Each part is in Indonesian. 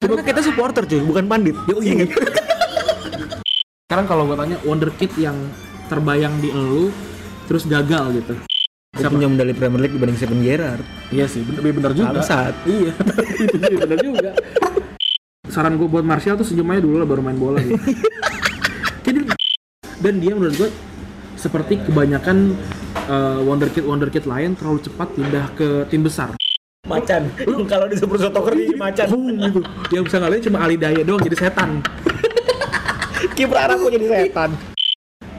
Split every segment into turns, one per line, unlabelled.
Karena kita supporter cuy, bukan pandit. Iya kan? Yoi.
Sekarang kalau gue tanya wonder kid yang terbayang di elu terus gagal gitu.
Saya punya medali Premier League dibanding Steven Gerrard.
Iya sih, bener, bener juga.
Bangsat.
Iya, itu jadi bener juga. Saran gue buat Martial tuh senyum aja dulu lah baru main bola gitu. jadi dan dia menurut gue seperti kebanyakan eh, wonderkid wonderkid lain terlalu cepat pindah ke tim besar.
Macan. Lu kalau di Super Soccer di macan.
Boom gitu. Yang bisa ngalahin cuma Ali Daya doang jadi setan.
Kiper Arab jadi setan.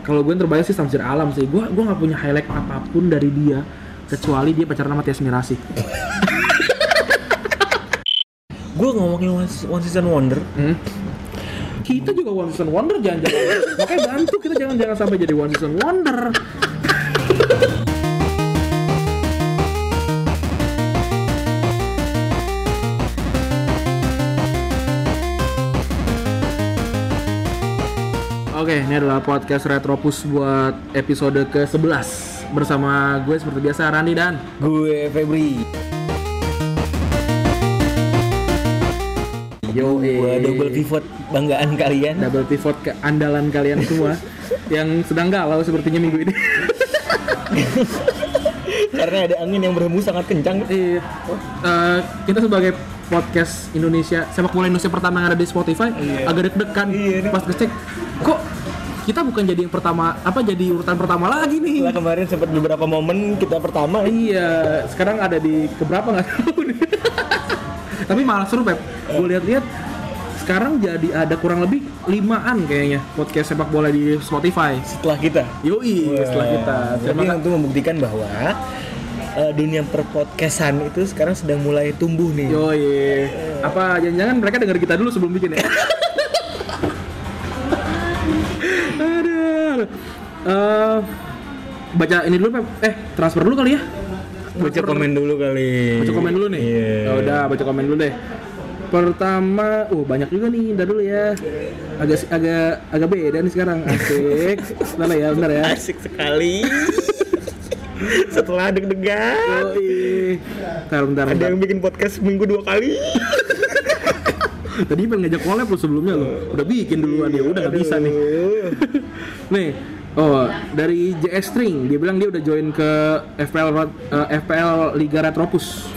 Kalau gue yang terbayang sih Samsir Alam sih. Gue gue nggak punya highlight apapun dari dia kecuali dia pacaran sama Tias Mirasih.
Gue ngomongin one, one Season Wonder.
Hmm. Kita juga one season wonder jangan-jangan. Makanya bantu kita jangan-jangan sampai jadi one season wonder. Oke, ini adalah podcast Retropus buat episode ke-11 bersama gue seperti biasa Randi dan
Gue Febri.
Yo,
Gue double pivot banggaan kalian.
double pivot keandalan kalian semua yang sedang galau sepertinya minggu ini.
Karena ada angin yang berhembus sangat kencang.
Iya. Eh, kita sebagai podcast Indonesia sepak bola Indonesia pertama yang ada di Spotify agak deg-degan kan?
Iya.
pas ngecek kok kita bukan jadi yang pertama apa jadi urutan pertama lagi nih
Setelah kemarin sempat beberapa momen kita pertama eh,
iya sekarang ada di keberapa nggak tahu nih. tapi malah seru Pep gue lihat-lihat sekarang jadi ada kurang lebih limaan kayaknya podcast sepak bola di Spotify
setelah kita. Nah,
yoi
Iya,
setelah kita terima
Tapi
kasih
itu membuktikan bahwa eh, dunia perpodcastan itu sekarang sedang mulai tumbuh nih.
Yoi. Apa jangan-jangan mereka dengar kita dulu sebelum bikin ya? Aduh. Eh, baca ini dulu Pep. Eh, transfer dulu kali ya.
Baca komen dulu kali.
Baca komen dulu nih.
Iya.
Ya udah, baca komen dulu deh. Pertama, uh banyak juga nih, ntar dulu ya. Agak agak agak beda nih sekarang. Asik. Bentar lah ya, bentar ya.
Asik sekali. Setelah deg-degan,
Yoi. Bentar, bentar,
ada
bentar.
yang bikin podcast minggu dua kali.
Tadi pengen ngajak collab lo sebelumnya lo. Udah bikin duluan ya, udah nggak bisa nih. Nih, oh dari JS String dia bilang dia udah join ke FPL Rot- eh, FPL Liga Retropus.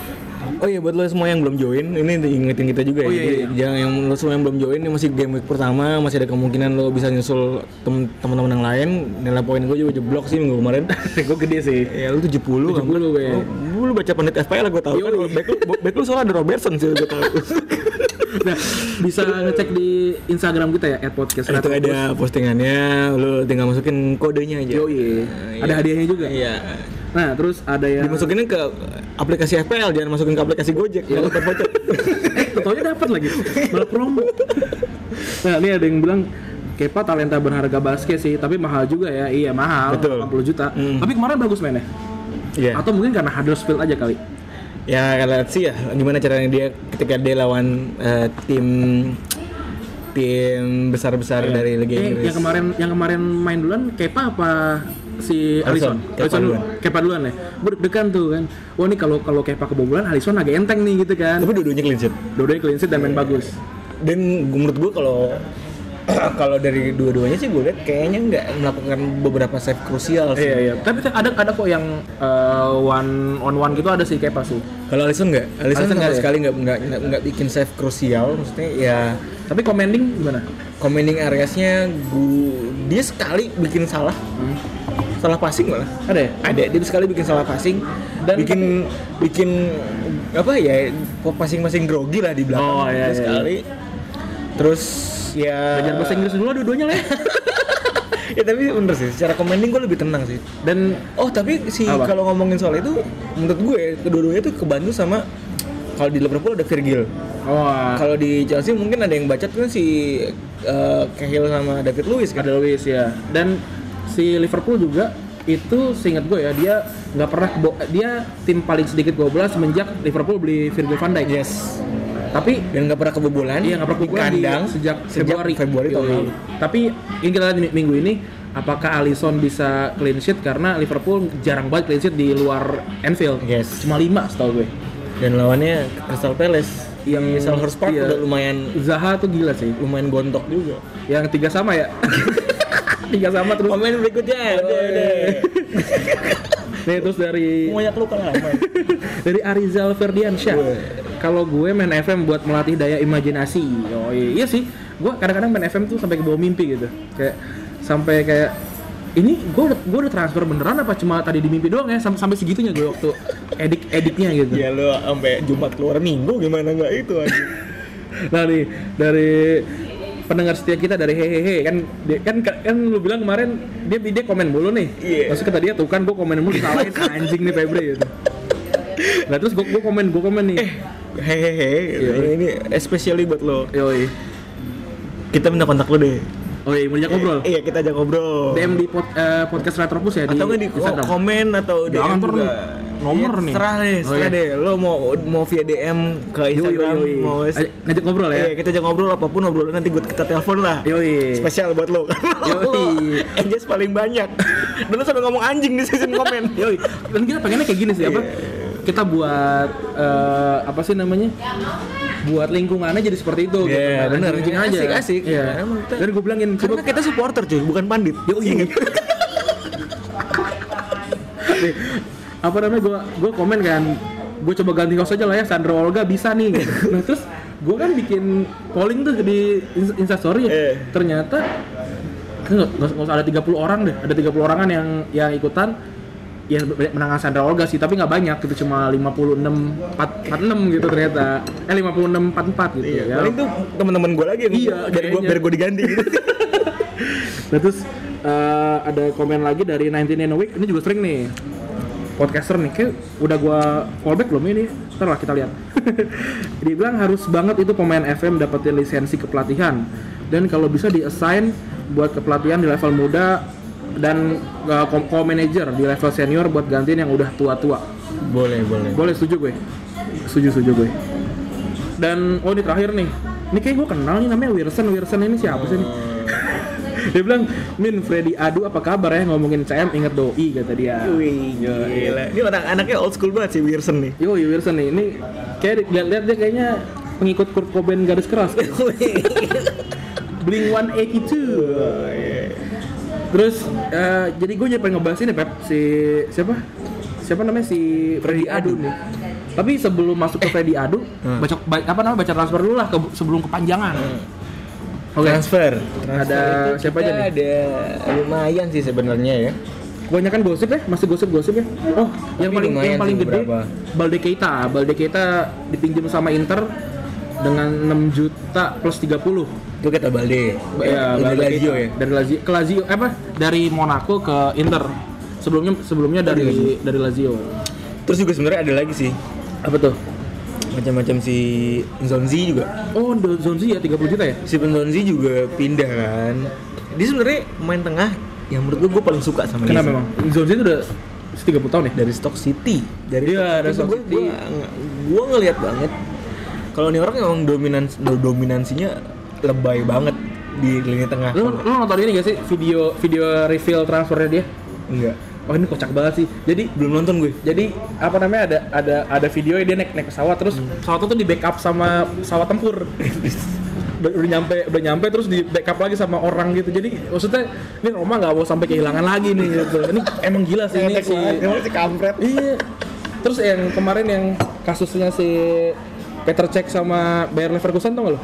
Oh iya buat lo semua yang belum join, ini ingetin kita juga ya.
Oh iya,
Jadi,
iya.
Jangan yang lo semua yang belum join, ini masih game week pertama, masih ada kemungkinan lo bisa nyusul tem- teman-teman yang lain. Nilai poin gue juga jeblok sih minggu kemarin.
Gue gede sih.
Ya lu 70 70 kan?
70 gue.
Lu, lu baca pendit FPL gue tau kan
Yoi.
Back lu, back lu soalnya ada Robertson sih gue tau
Nah, bisa ngecek di Instagram kita ya
Itu
@podcastretropus.
ada postingannya Lu tinggal masukin kodenya aja
Yo, iya. Ada hadiahnya juga.
Ah, Iya
Nah, terus ada yang
Dimasukinnya ke aplikasi FPL Jangan masukin ke aplikasi Gojek Lu kocok
eh totalnya dapat lagi. Malah promo. nah, ini ada yang bilang Kepa talenta berharga basket sih, tapi mahal juga ya. Iya, mahal.
Betul.
80 juta.
Hmm.
Tapi kemarin bagus mainnya.
Iya
Atau mungkin karena Huddersfield aja kali.
Ya kalau let's see ya Gimana caranya dia ketika dia lawan eh, tim Tim besar-besar dari Liga
Eh,
Inggris
yang kemarin yang kemarin main duluan Kepa apa si Alisson?
Alisson. Kepa duluan.
Kepa duluan ya. Gue deg-degan tuh kan. Wah ini kalau kalau Kepa kebobolan Alisson agak enteng nih gitu kan.
Tapi dua-duanya clean sheet
Dua-duanya clean sheet dan main bagus.
dan gu- menurut gue kalau kalau dari dua-duanya sih gue lihat kayaknya nggak melakukan beberapa save krusial sih.
Iya iya. Tapi ada ada kok yang eh, one on one gitu ada si Kepa sih.
Kalau Alisson nggak, Alisson
Alisson
sama
nggak ya?
sekali nggak nggak nggak- nggak bikin save krusial. Maksudnya ya
Tapi commanding gimana?
commanding areasnya gue dia sekali bikin salah, salah passing malah.
Ada ya?
Ada dia sekali bikin salah passing dan
Dan-
bikin bikin apa ya passing-passing grogi lah di belakang
Oh, iya,
Dia
iya,
sekali. Terus ya
Belajar bahasa Inggris dulu lah dua-duanya lah. ya.
ya tapi bener sih secara commanding gue lebih tenang sih
Dan
oh tapi si
Apa?
kalau ngomongin soal itu menurut gue kedua-duanya tuh kebantu sama kalau di Liverpool ada Virgil
oh
kalau di Chelsea mungkin ada yang baca tuh si eh, Cahill sama David Luiz kan
ada Luis ya dan si Liverpool juga itu seingat gue ya dia nggak pernah kebo- dia tim paling sedikit kebobolan semenjak Liverpool beli Virgil van Dijk
yes
tapi
dan nggak pernah kebobolan
dia Iya, nggak pernah
di
kebobolan di-
kandang
sejak, Februari Iya.
tahun
Yoi.
lalu
tapi ini kita lihat di- minggu ini apakah Alisson bisa clean sheet karena Liverpool jarang banget clean sheet di luar Anfield
Yes.
cuma 5 setahu gue
dan lawannya Crystal Palace
yang
di Selhurst Park
iya.
udah lumayan
Zaha tuh gila sih.
lumayan gontok juga.
Yang tiga sama ya. tiga sama terus.
Pemain berikutnya, udah udah.
Nih terus dari
Semuanya kelukan lama.
dari Arizal Ferdiansyah.
Weh.
Kalau gue main FM buat melatih daya imajinasi. Oh iya sih. Gue kadang-kadang main FM tuh sampai ke bawah mimpi gitu. Kayak sampai kayak ini gue udah, gue udah transfer beneran apa cuma tadi di mimpi doang ya sampai, sampai segitunya gue waktu edit editnya gitu.
Ya lu sampai Jumat keluar minggu gimana nggak itu aja.
Nah nih dari pendengar setia kita dari hehehe kan dia, kan kan lu bilang kemarin dia dia komen mulu nih.
Iya.
Terus kata dia tuh kan gue komen mulu salahin anjing nih Febri gitu. Nah terus gue komen gue komen
Eh.
nih.
Hehehe,
Iya.
ini, ini especially buat lo.
Yoi.
Kita minta kontak lo deh.
Oh iya, mau diajak ngobrol.
Iya, kita ajak ngobrol.
DM di pod- eh, podcast Retropus ya
atau nggak
di
di ko- komen atau DM
Jangan, ntar
juga.
nomor
Iya,
nih.
Serah deh,
Oh,
serah
iya.
deh. Lo mau mau via DM ke Instagram,
Yoi, yoi.
mau
Aj- ngajak ngobrol ya.
Iya, kita aja ngobrol apapun ngobrol nanti gua kita telepon lah.
Yoi.
Spesial buat lo.
Yoi.
Engage paling banyak. Dan lo sampai ngomong anjing di season komen.
Yoi. Dan kita pengennya kayak gini sih
Iya.
apa? Kita buat eh, apa sih namanya? Buat lingkungannya jadi seperti itu. gitu.
Iya,
Nah,
bener.
anjing-anjing aja.
Asik, asik.
Iya.
Karena menurut kita-
Dan gue bilangin coba
Karena kan kita supporter cuy, bukan pandit.
Yoi. Nih, apa namanya gue gue komen kan gue coba ganti host aja lah ya Sandra Olga bisa nih nah terus gue kan bikin polling tuh di Inst- instastory ya.
Eh.
ternyata kan nggak- nggak nggak usah ada 30 orang deh ada 30 orangan yang yang ikutan ya menangan Sandra Olga sih tapi nggak banyak gitu cuma 56 4, 46 gitu ternyata eh 56 44 gitu
Iya,
ya.
paling tuh teman-teman gue lagi yang
Iya,
ngomong, biar gue
kayaknya.
biar gue diganti gitu.
Nah, terus eh, ada komen lagi dari 19 in a week ini juga sering nih podcaster nih kayak udah gua callback belum ya ini ntar lah kita lihat dia bilang harus banget itu pemain FM dapetin lisensi kepelatihan dan kalau bisa di assign buat kepelatihan di level muda dan eh, kom manager di level senior buat gantiin yang udah tua-tua
boleh, boleh.
boleh setuju gue setuju setuju gue dan oh ini terakhir nih ini kayak gue kenal nih namanya Wilson Wilson ini siapa sih nih dia bilang Min Freddy Adu apa kabar ya ngomongin CM inget doi kata dia
Wih, gila. Ini orang anaknya old school banget sih Wilson nih.
yo Wilson nih ini kayak lihat-lihat dia kayaknya pengikut Kurt Cobain garis keras Blink 182 terus eh, jadi gue jadi pengen ngebahas ini Pep si siapa siapa namanya si Freddy Adu nih tapi sebelum masuk ke Freddy Adu
Hmm.
baca ba- apa namanya baca transfer dulu lah ke- sebelum kepanjangan oke
Transfer. Transfer
Ada
itu
siapa
kita
aja nih?
Ada lumayan sih sebenarnya ya.
kebanyakan gosip ya masih gosip-gosip ya oh yang paling
lumayan
yang paling
sih
gede
beberapa.
Balde Keita Balde Keita dipinjam sama Inter dengan 6 juta plus 30
Itu kata Balde.
ya,
Dari
Balde
Lazio
Keita.
ya.
dari Lazio ke Lazio eh, apa dari Monaco ke Inter sebelumnya sebelumnya dari
Dari
dari Lazio
Terus juga sebenarnya ada lagi sih
apa tuh
macam-macam si Zonzi juga.
oh Do- Zonzi ya 30 juta ya
Si Zonzi juga pindah kan. Dia sebenarnya main tengah yang menurut gue gue paling suka sama dia.
kenapa memang Zonzi itu udah 30 tahun ya
dari Stock City dari
Iya, dari Stoke
Stoke
City.
City gue ngelihat banget kalau ini orang emang dominan dominansinya lebay banget di lini tengah
lu, lu nonton ini gak sih video video reveal transfernya dia
enggak
oh ini kocak banget sih jadi
belum nonton gue
jadi apa namanya ada ada ada video dia naik naik pesawat terus pesawat itu di backup sama pesawat tempur udah, udah nyampe udah nyampe terus di backup lagi sama orang gitu jadi maksudnya ini Roma nggak mau sampai kehilangan lagi nih gitu ini emang gila sih ini
Iya,
si
si kampret
iya terus yang kemarin yang kasusnya si Peter Cech sama Bayer Leverkusen tau gak lo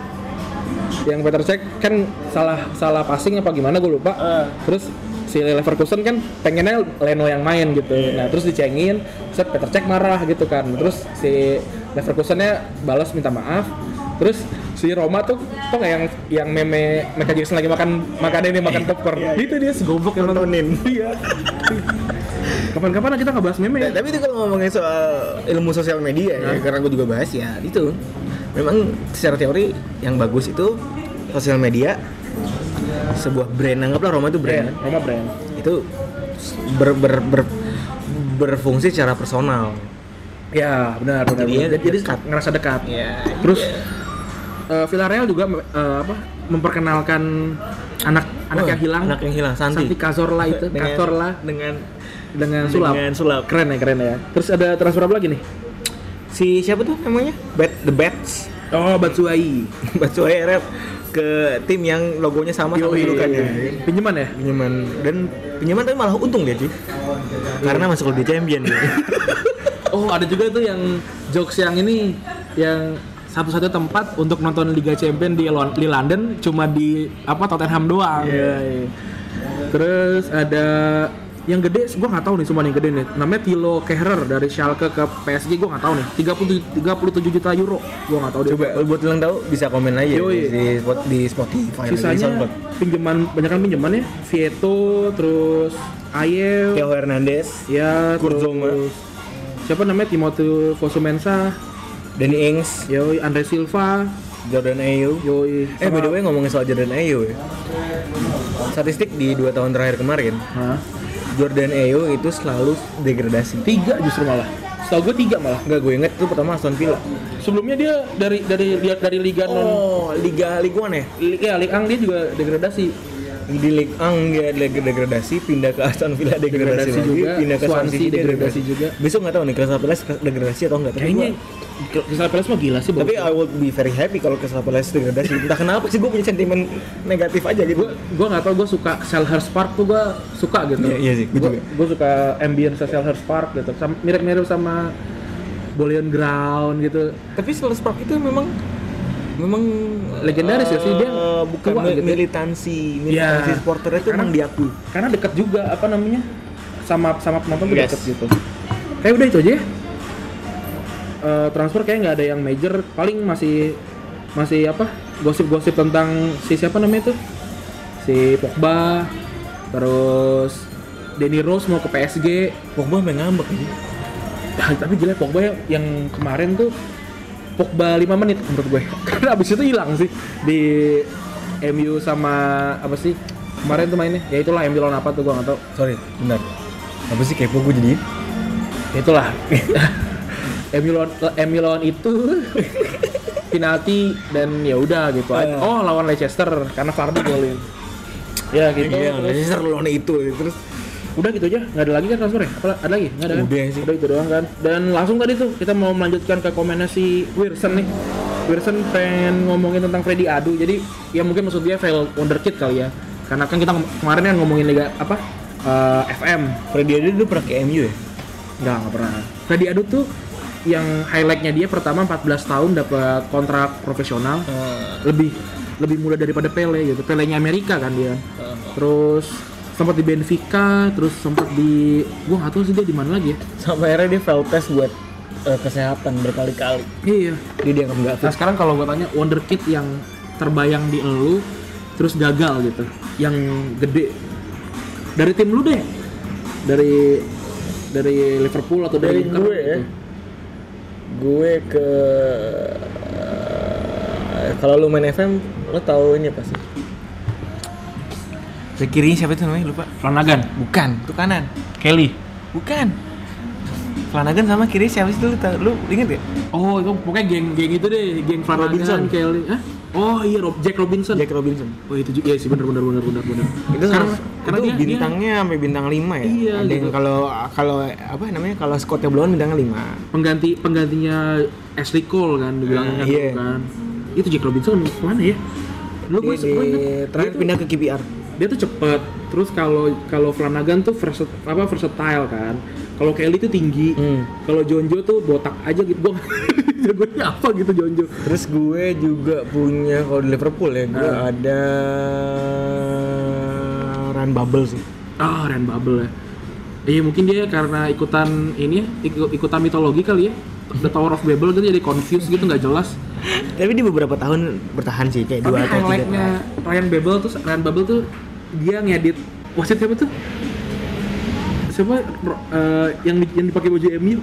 yang Peter Cech kan salah salah passing apa gimana gue lupa
Eh.
terus si Leverkusen kan pengennya Leno yang main gitu
Iya.
nah terus dicengin set Peter Cech marah gitu kan terus si Leverkusennya balas minta maaf terus si Roma tuh tau gak yang yang meme Michael Jackson lagi makan makan ini makan popcorn
Iya, iya.
itu dia segoblok yang nonton
nontonin
iya kapan-kapan kita ngebahas meme ya
Nah, tapi itu kalau ngomongin soal ilmu sosial media ya, karena gue juga bahas ya itu memang secara teori yang bagus itu sosial media sebuah brand anggaplah Roma itu brand
brand, Iya, Roma brand.
itu ber, ber- ber- berfungsi secara personal.
Ya, benar benar.
Jadi
benar.
ya,
Jadi, jadi
dekat.
ngerasa dekat.
Iya.
Terus eh, Villarreal juga eh, apa? memperkenalkan anak anak yang hilang,
Oh, anak yang hilang Santi.
Santi Cazorla itu,
Dengan-
Cazorla
dengan
dengan sulap.
dengan sulap.
Keren ya, keren ya. Terus ada transfer apa lagi nih?
Si siapa tuh namanya? Bet the Bats.
Oh, Batsuai.
Batsuai rep ke tim yang logonya sama sama
Yoi.
julukannya.
Pinjaman ya?
Pinjaman dan pinjaman tapi malah untung dia cuy. Karena masuk Liga Champion dia.
Oh, ada juga tuh yang jokes yang ini yang satu-satu tempat untuk nonton Liga Champion di, Lon- di London cuma di apa Tottenham doang. Yoi. Terus ada yang gede gua nggak tahu nih cuma yang gede nih namanya Tilo Kehrer dari Schalke ke PSG gua nggak tahu nih 30 37 juta euro gua nggak tahu dia
Coba lu buat yang tahu bisa komen aja
Yoi.
di, spot- di Spotify atau di
sisanya
SoundCloud.
pinjaman banyak kan pinjaman ya Vieto terus Ayew
Theo Hernandez,
ya
Kurzoma.
terus siapa namanya Timothy Fosumensa
Danny Ings,
yoi Andre Silva
Jordan Ayew.
yoi
Eh by the way ngomongin soal Jordan Ayew ya. Statistik di 2 tahun terakhir kemarin,
Hah?
Jordan Ayew itu selalu degradasi.
tiga justru malah setahu gue tiga malah
Enggak gue inget itu pertama Aston Villa.
sebelumnya dia dari dari dia- dari liga non
Oh, Liga Liguan ya?
li- ya Liga Ang dia juga degradasi
di Ligue 1 dia deg- degradasi pindah ke Aston Villa degradasi,
Degradasi
lagi,
juga,
pindah ke
Swansea
Swansea, dia
degradasi
degradasi
juga.
besok nggak tahu nih Crystal Palace degradasi atau enggak tapi
kayaknya
gua-
Crystal Palace mah gila sih
tapi I would be very happy kalau Crystal Palace degradasi gitu. entah kenapa sih gue punya sentimen negatif aja gitu
gue gue nggak tau gue suka Selhurst Park tuh gue suka gitu
Iya, iya sih, gua juga.
gue gue suka ambience Selhurst Park gitu Sama- mirip-mirip sama Bolion Ground gitu
tapi Palace Park itu memang memang
Legendaris ya sih, dia
eh, bukan
tua
mi-
gitu.
militansi militansi
Ya.
supporter itu memang diakui
karena deket juga apa namanya sama sama penonton tuh
Yes.
deket gitu kayak udah itu aja ya Eh, transfer kayak nggak ada yang major paling masih masih apa gosip-gosip tentang si siapa namanya tuh si Pogba terus Danny Rose mau ke PSG
Pogba main ngambek ini
Ya, tapi gila Pogba ya- yang kemarin tuh Pogba 5 menit menurut gue. Karena abis itu hilang sih di MU sama apa sih? Kemarin tuh mainnya. Ya itulah MU lawan apa tuh gue gak tau.
sorry bentar apa sih kepo gue jadi
Ya itulah. MU lawan MU lawan itu penalti dan ya udah gitu.
Eh.
Oh, lawan Leicester karena Vardy golin. Ya gitu.
iya
terus
Leicester lawan itu terus
udah gitu aja nggak ada lagi kan transfer ya Apa ada lagi nggak ada kan?
Udah sih.
udah itu doang kan dan langsung tadi tuh kita mau melanjutkan ke komennya si Wilson nih Wilson pengen ngomongin tentang Freddy Adu jadi ya mungkin maksud dia fail wonderkid kali ya karena kan kita ngom- kemarin kan ngomongin liga apa eh, FM
Freddy Adu dulu pernah ke MU ya
nggak nggak pernah Freddy Adu tuh yang highlightnya dia pertama 14 tahun dapat kontrak profesional
eh,
lebih lebih muda daripada Pele gitu Pelenya Amerika kan dia
eh,
terus sempat di Benfica terus sempat di gua nggak tahu sih dia di mana lagi ya
sampai akhirnya dia fail test buat eh, kesehatan berkali-kali
iya
dia dianggap nggak
nah
fit
sekarang kalau gua tanya wonderkid yang terbayang di elu terus gagal gitu yang gede dari tim lu deh dari dari Liverpool atau dari,
dari
Inter
gue ya
gitu.
gue ke eh, kalau lu main FM lo tahu ini apa sih ke kiri siapa itu namanya lupa
Flanagan
bukan itu kanan
Kelly
bukan Flanagan sama kiri siapa sih lu tahu lu inget ya
oh itu pokoknya geng-geng itu deh geng Flanagan
Robinson.
Kelly Hah? oh iya Rob Jack Robinson
Jack Robinson
Oh itu juga iya sih benar benar benar benar benar.
itu
karena karena
itu
dia, dia
bintangnya sampai bintang 5 ya ada
Iya,
yang
gitu.
kalau kalau apa namanya kalau Scottnya Blon bintang 5
pengganti penggantinya Ashley Cole kan
Ah,
dibilangnya kan,
iya.
kan. Itu Jack Robinson mana ya? Lu gue
di,
gue ingat,
Iya, terakhir
dia tuh-
pindah ke KBR
dia tuh cepet terus kalau kalau Flanagan tuh versa- apa versatile kan kalau Kelly tuh tinggi
Hmm.
kalau Jonjo tuh botak aja gitu gue jagoannya apa gitu Jonjo
Terus gue juga punya kalau di Liverpool ya, gue
Ah.
ada Ryan Bubble sih.
ah Ren Bubble ya iya mungkin dia karena ikutan ini ikut ikutan mitologi kali ya The Tower of Babel gitu jadi confused gitu nggak jelas
Tapi di beberapa tahun bertahan sih kayak
Tapi
dua atau tiga.
highlightnya
tahun.
Ryan Babel tuh Ryan Babel tuh dia ngedit wasit siapa tuh? Siapa Ro- eh, yang di- yang dipakai baju MU?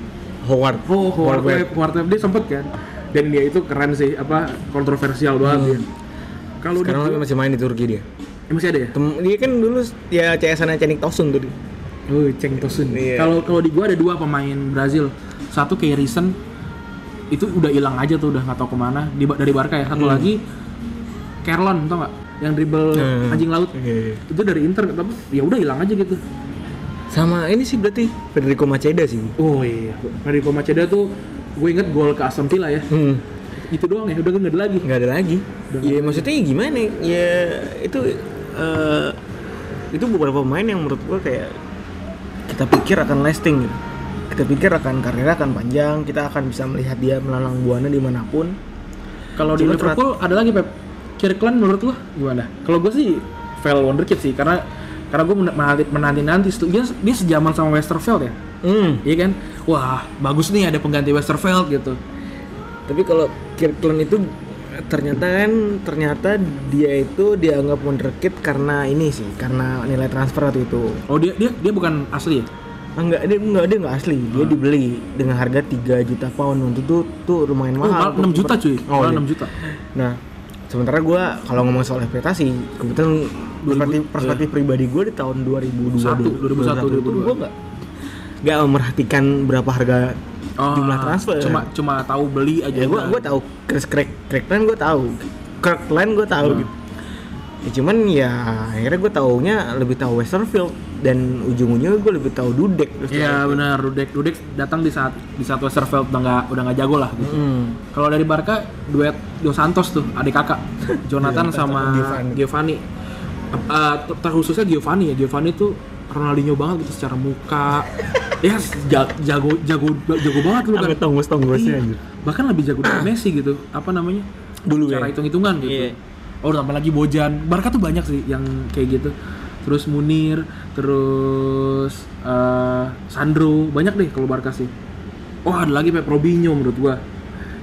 Howard.
Oh, Howard
Webb.
Webb. Howard Webb dia sempet kan. Dan dia itu keren sih apa kontroversial banget dia. Kalau
Hmm. Sekarang
di-
lagi masih main di Turki dia.
Eh, masih ada ya?
Tem- dia kan dulu ya CS-annya Cenik Tosun tuh. dia.
Oh, Ceng Tosun.
Iya.
Kalau kalau di gua ada dua pemain Brazil. Satu kayak Risen itu udah hilang aja tuh udah nggak tahu kemana di, dari Barca ya. Satu lagi Kerlon tau nggak? Yang dribble
Hmm.
anjing laut.
Oke.
itu dari Inter tapi ya udah hilang aja gitu
Sama ini sih berarti Federico Maceda sih.
oh iya Federico Maceda tuh gue inget gol ke Aston Villa ya
Hmm.
itu doang ya udah nggak ada lagi
nggak ada lagi ya maksudnya gimana ya itu eh, itu beberapa pemain yang menurut gua kayak kita pikir akan lasting gitu. kita pikir akan karirnya akan panjang kita akan bisa melihat dia melalang buana dimanapun
kalau di
Cuma
Liverpool ada lagi Pep Kirkland menurut lo gimana kalau gue sih fail wonderkid sih karena karena gue menanti menanti nanti dia dia sejaman sama Westerveld ya
hmm.
iya kan wah bagus nih ada pengganti Westerveld gitu
tapi kalau Kirkland itu ternyata kan ternyata dia itu dianggap wonderkid karena ini sih karena nilai transfer waktu itu
oh dia dia dia bukan asli ya
enggak dia enggak dia enggak asli dia dibeli dengan harga 3 juta pound waktu itu tuh lumayan
oh,
mahal
malah 6 juta cuy
Oh,
malah
iya.
6 juta
Nah, sementara gue kalau ngomong soal ekspektasi, kebetulan perspektif, perspektif pribadi gue di tahun 2002
iya. Satu, 2001,
gue nggak nggak memperhatikan berapa harga
Oh,
jumlah transfer.
cuma cuma tahu beli aja
ya gue
udah.
gue tahu Chris Craig Craigland gue tahu Kirkland gue tahu
Iya.
gitu. Ya, cuman ya akhirnya gue taunya lebih tahu Westerfield dan ujung-ujungnya gue lebih tahu Dudek.
Iya benar, Dudek Dudek datang di saat di saat Westerveld udah nggak udah nggak jago lah. Gitu.
Hmm.
Kalau dari Barca duet Dos Santos tuh adik kakak Jonathan sama
Giovanni.
Giovanni. Ap- eh, ter- terkhususnya Giovanni ya Giovanni tuh Ronaldinho banget gitu secara muka. ya ja- jago jago jago banget lu kan.
Sampai tonggos-tonggosnya anjir.
Bahkan lebih jago dari Messi gitu. Apa namanya?
Dulu ya.
Cara hitung-hitungan gitu.
Iya.
Oh, tambah lagi Bojan. Barca tuh banyak sih yang kayak gitu. Terus Munir, terus eh, Sandro, banyak deh kalau Barca sih. Oh, ada lagi Pep Robinho menurut gua.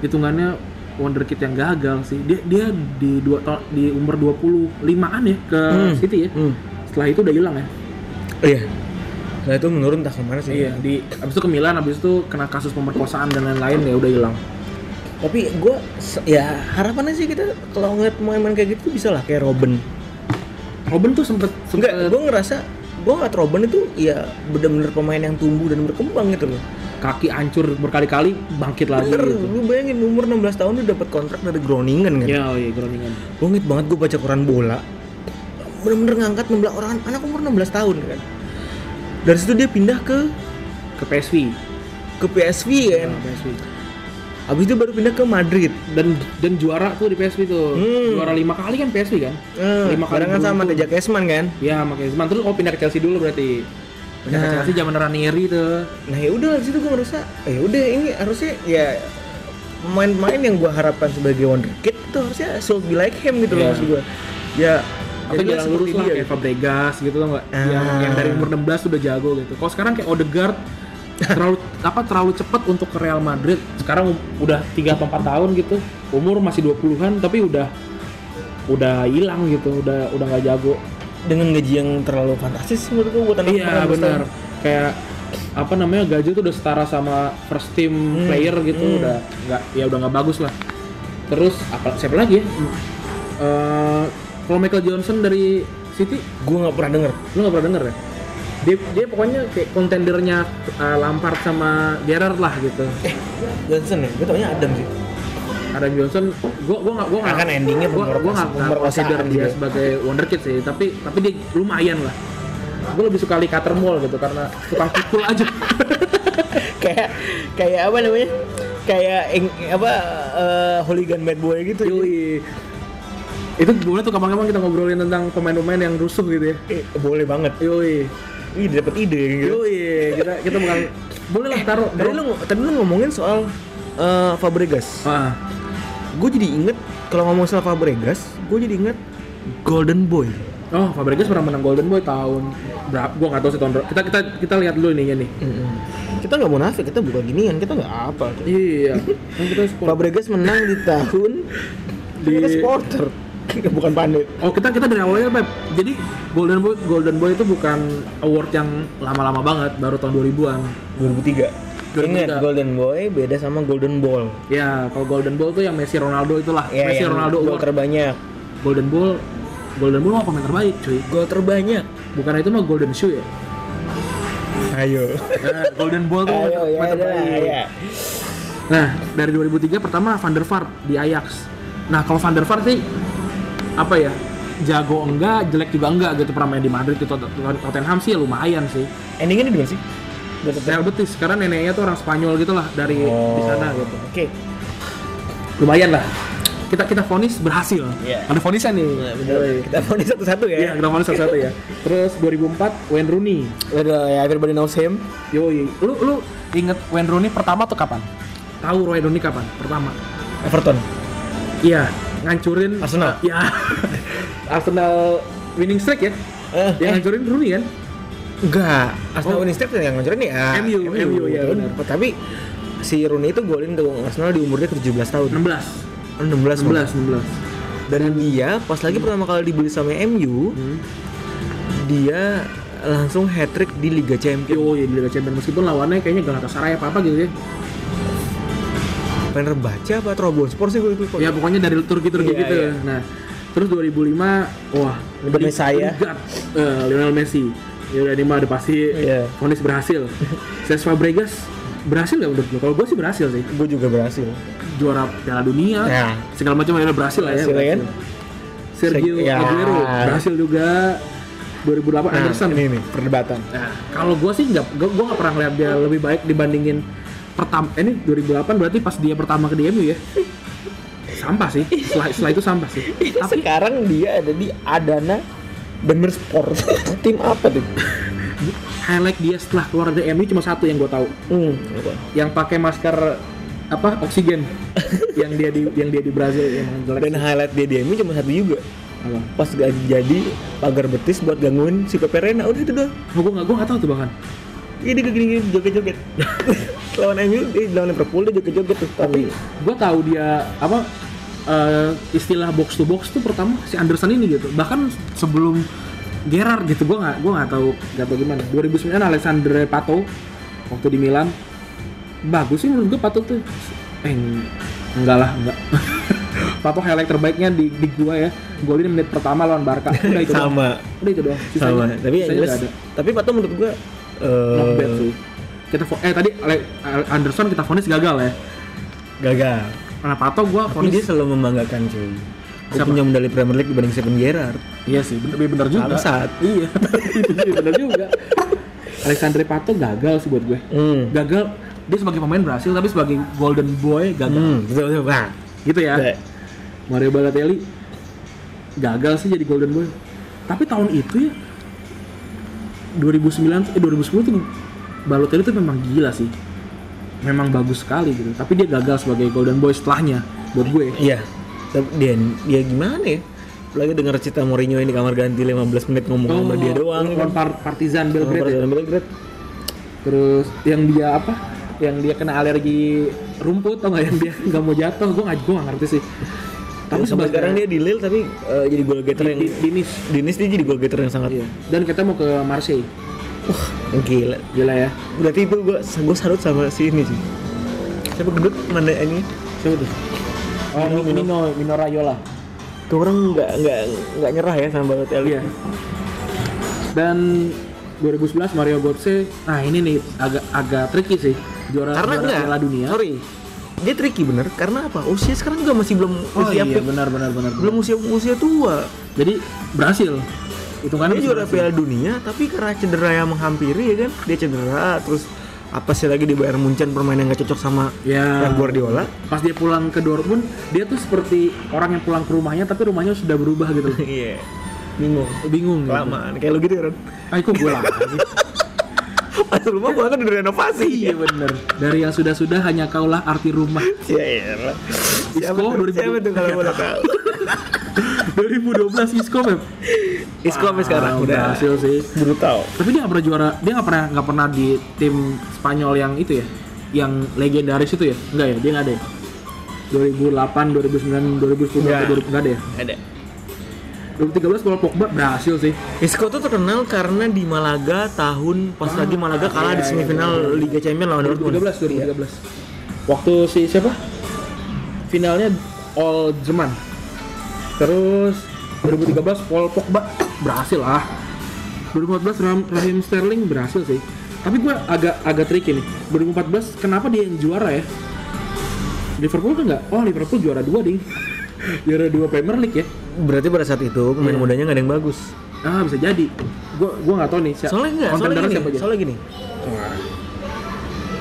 Hitungannya wonderkid yang gagal sih. Dia dia di dua tahun di umur 25-an ya ke City ya.
Hmm.
Setelah itu udah hilang ya.
Iya. Nah itu menurun entah kemana sih.
Iya, di abis itu ke Milan, abis itu kena kasus pemerkosaan dan lain-lain ya udah hilang.
tapi gue ya harapannya sih kita kalau ngeliat pemain-pemain kayak gitu bisa lah kayak Robin
Robin tuh sempet, sempet
enggak gue ngerasa gue ngeliat Robin itu ya bener-bener pemain yang tumbuh dan berkembang gitu loh
kaki hancur berkali-kali bangkit lagi
bener
gitu.
lu bayangin umur 16 tahun dia dapat kontrak dari Groningen kan
Ya, oh iya Groningen.
gue ngeliat banget gue baca koran bola bener-bener ngangkat 16 orang anak umur 16 tahun kan dari situ dia pindah ke
Ke PSV.
ke PSV kan
Ke PSV.
abis itu baru pindah ke Madrid
Dan dan juara tuh di PSV tuh.
Hmm.
Juara lima kali kan PSV kan?
Eh,
Lima kali
barengan sama
beruntun.
Teja Kesman kan
Ya, makanya Zidane. terus oh pindah ke Chelsea dulu berarti. Pindah ke
Nah.
Chelsea zaman Ranieri tuh.
nah ya udah dari situ gue ngerasa "Ah, ya udah ini harusnya ya main-main yang gue harapkan sebagai wonderkid itu harusnya should be like him gitu loh
Iya.
maksud gue ya
Tapi dia
orang
lurus
seperti
lah
dia,
kayak
gitu.
Fabregas gitu loh nggak? Yang,
Ah.
yang dari umur 16 tuh udah jago gitu. Kalau sekarang kayak Odegaard terlalu apa terlalu cepat untuk ke Real Madrid. Sekarang u- udah 3 atau 4 tahun gitu. Umur masih 20-an tapi udah udah hilang gitu, udah udah nggak jago.
dengan gaji yang terlalu fantastis menurut gue buat anak
Iya
orang
benar.
besar.
Kayak apa namanya gaji tuh udah setara sama first team player gitu udah nggak ya udah nggak bagus lah. Terus apa siapa lagi ya? Eh, kalau Michael Johnson dari City
gue nggak pernah denger
lu nggak pernah denger ya? Dia, dia pokoknya kayak kontendernya eh, Lampard sama Gerrard lah gitu.
eh Johnson ya gue taunya Adam sih
Adam Johnson, gua gua nggak gua
Nah,
nggak
kan endingnya
gua gua
pemerkosaan-
nggak nggak
pemerkosaan
consider dia
juga.
sebagai wonderkid sih, tapi tapi dia lumayan lah. Gue lebih suka Lee Catermall gitu karena tukang pukul aja.
kayak kayak apa namanya kayak eng- apa eh, hooligan bad boy gitu
Yoi. Itu boleh tuh kapan-kapan kita ngobrolin tentang pemain-pemain yang rusuh gitu ya.
Eh, boleh banget
Yoi.
ih dapat ide gitu
Yoi, kita kita bukan boleh lah taruh
tadi
taruh-
Eh, lu tadi lu ngomongin soal eh, Fabregas
Ah,
gue jadi inget kalau ngomong soal Fabregas gue jadi inget Golden Boy
Oh, Fabregas pernah menang Golden Boy tahun berapa? Gua nggak tahu sih tahun berapa. Kita kita kita lihat dulu ininya nih.
kita nggak munafik kita buka ginian kita nggak apa tuh.
Iya. Kan kita sport.
Fabregas menang di tahun
Di-
di supporter bukan pandit
Oh, kita kita dari awalnya Pep. Jadi Golden Boy Golden Boy itu bukan award yang lama-lama banget, baru tahun 2000-an.
2003 Ingat
2003.
Golden Boy beda sama Golden Ball
Ya, kalau Golden Ball tuh yang Messi Ronaldo itulah.
ya
Messi
yang
Ronaldo
gol
award.
terbanyak
Golden Ball Golden Ball mah pemain terbaik, cuy.
gol terbanyak
Bukan itu mah Golden Shoe ya.
ayo
Nah, Golden Ball tuh
ayo ya
mata- mata
udah lah,
bayi.
ya
Nah, dari 2003 pertama Van der Vaart di Ajax. Nah, kalau Van der Vaart sih apa ya? Jago enggak, jelek juga enggak gitu pernah main di Madrid di Tot- Tot- Tottenham sih ya lumayan sih.
endingnya di mana sih Gol terbanyak. Oh.
Real Betis karena neneknya tuh orang Spanyol gitu lah dari di sana gitu.
oke
lumayan lah kita kita vonis berhasil
Iya.
ada vonisnya nih
Kita vonis satu-satu ya.
Iya, kita vonis satu-satu ya. Terus 2004 Wayne Rooney.
Udah ya, everybody knows him.
Yoi, lu lu inget Wayne Rooney pertama tuh kapan? Tahu Wayne Rooney kapan? Pertama.
Everton.
Iya, ngancurin
Arsenal.
Iya. Arsenal winning streak ya.
Eh,
Dia ngancurin Rooney kan?
enggak. Arsenal
Oh.
winning streak yang ngancurin ya.
MU, MU, ya, benar.
Tapi si Rooney itu golin ke Arsenal di umurnya ke-17 tahun.
16.
16.
16,
malah.
16.
Dan dia pas lagi pertama kali dibeli sama MU,
Hmm.
dia langsung hat trick di Liga Champions.
Yoi, di Liga Champions meskipun lawannya kayaknya Galatasaray apa apa gitu ya.
Fenerbahce apa Trabzonspor sih gue lupa.
Ya pokoknya dari Turki-Turki
Iya,
gitu.
iya.
Nah, terus 2005 wah,
Liga Messiah.
God, eh, Lionel Messi. Ya udah ini mah udah pasti
Iya.
vonis berhasil. Cesc Fabregas berhasil nggak menurut lo? Kalau gue sih berhasil sih.
Gue juga berhasil.
Juara Piala Dunia,
Ya.
segala macam ya udah berhasil lah ya.
Berhasil, kan?
Sergio
Seg- ya. Nah.
Aguero berhasil juga. 2008 Anderson.
ini nih perdebatan.
Nah, kalau gue sih nggak, gue nggak pernah ngeliat dia lebih baik dibandingin pertama. Eh, ini 2008 berarti pas dia pertama ke DMU ya. Sampah sih. Setelah, setelah itu sampah sih. Tapi
sekarang dia ada di Adana Demerspor. Tim apa tuh?
highlight dia setelah keluar dari DMU cuma satu yang gue tahu.
Hmm.
Yang pakai masker apa oksigen yang dia di yang dia di Brazil yang jelek.
Dan highlight dia di MU cuma satu juga.
Apa?
Pas gak jadi pagar betis buat gangguin si Pepe Reina udah itu doang.
Oh, gue nggak gue nggak tahu tuh bahkan.
Ini dia gini-gini joget-joget. lawan MU, dia lawan Liverpool dia joget-joget tuh. Tapi
gue tahu dia apa eh, istilah box to box tuh pertama si Anderson ini gitu bahkan sebelum Gerard gitu gue nggak gue nggak tahu nggak tahu gimana 2009 Alexandre Pato waktu di Milan bagus sih menurut gue Pato tuh eh eng- enggak lah enggak Pato highlight terbaiknya di di gua ya golin menit pertama lawan Barca udah itu doang.
sama
udah itu doang
sama. Tapi yang
sisanya
jelas
nggak ada
tapi Pato menurut gua eh,
not bad sih kita fo- eh tadi Ale- Anderson kita vonis gagal ya
gagal.
karena Pato gue
Tapi
vonis
dia selalu membanggakan cuy. Dia
Siapa?
punya medali Premier League dibanding Steven Gerrard.
Iya sih, bener, bener juga.
Bangsat.
Iya, iya, bener juga. Alexandre Pato gagal sih buat gue.
Hmm.
Gagal, dia sebagai pemain berhasil, tapi sebagai golden boy gagal.
Hmm, betul betul. Nah,
Gitu ya.
Baik.
Mario Balotelli gagal sih jadi golden boy. Tapi tahun itu ya, 2009, eh 2010 tuh Balotelli tuh memang gila sih. Memang bagus sekali gitu. Tapi dia gagal sebagai golden boy setelahnya buat gue.
Iya. Tapi Dan dia gimana ya? Lagi dengar cerita Mourinho ini kamar ganti 15 menit ngomong sama dia doang. kan. Oh,
lawan Par- Partizan
Sama
Belgrade ya.
Partizan Belgrade.
terus yang dia apa yang dia kena alergi rumput atau nggak yang dia nggak mau jatuh gue nggak gue nggak ngerti sih tapi
Tapi sampai
sebagai-
sekarang dia di Lille tapi eh, jadi goal getter yang
di, di Nice.
Dinis dia jadi goal getter yang sangat
Iya. dan kita mau ke Marseille
gila.
gila ya
Berarti itu gua gua salut sama si ini sih. Siapa gendut mana ini?
siapa tuh oh Mino Mino, Mino Raiola
Tuh orang nggak nggak nggak nyerah ya sama Balotelli.
iya dan 2011 Mario Götze nah ini nih agak agak tricky sih juara
Karena
juara
enggak.
Piala Dunia
Sorry. Dia tricky bener karena apa? Usia sekarang juga masih belum
oh
usia
iya
peak.
benar benar benar benar.
belum usia usia tua.
jadi berhasil itu kan
dia juara Piala Dunia tapi karena cedera yang menghampiri ya kan dia cedera terus apa sih lagi di Bayern Munchen permainan yang nggak cocok sama
ya
Pep Guardiola
pas dia pulang ke Dortmund dia tuh seperti orang yang pulang ke rumahnya tapi rumahnya sudah berubah gitu loh
iya bingung
bingung gitu.
kelamaan kayak lu gitu kan
ah kok gue lagi
pas rumah gua kan udah renovasi
iya bener dari yang sudah sudah hanya kaulah arti rumah
ya iyalah
Isco
siapa tuh
2000.
siapa tuh kalau boleh tahu
2012 Isco Feb
Isco sampai sekarang
Wah,
Ah, udah
berhasil sih
brutal
tapi dia nggak pernah juara dia nggak pernah nggak pernah di tim Spanyol yang itu ya yang legendaris itu ya enggak ya dia nggak ada ya 2008 2009 2010
Nggak.
nggak ada ya
ada
2013 Paul Pogba berhasil sih
Isco tuh terkenal karena di Malaga tahun pas lagi Malaga kalah
iya,
di
iya,
semifinal Liga Champions lawan Dortmund
2013 2013 Iya. waktu si siapa finalnya all Jerman terus 2013 Paul Pogba berhasil lah 2014 Ram- Raheem Sterling berhasil sih tapi gue agak agak tricky nih 2014 kenapa dia yang juara ya Liverpool kan nggak oh Liverpool juara dua ding juara dua Premier League ya
berarti pada saat itu pemain mudanya nggak ada yang bagus
ah bisa jadi gue gue nggak tahu nih siapa
soalnya enggak soalnya gini,
siapa aja
soalnya gini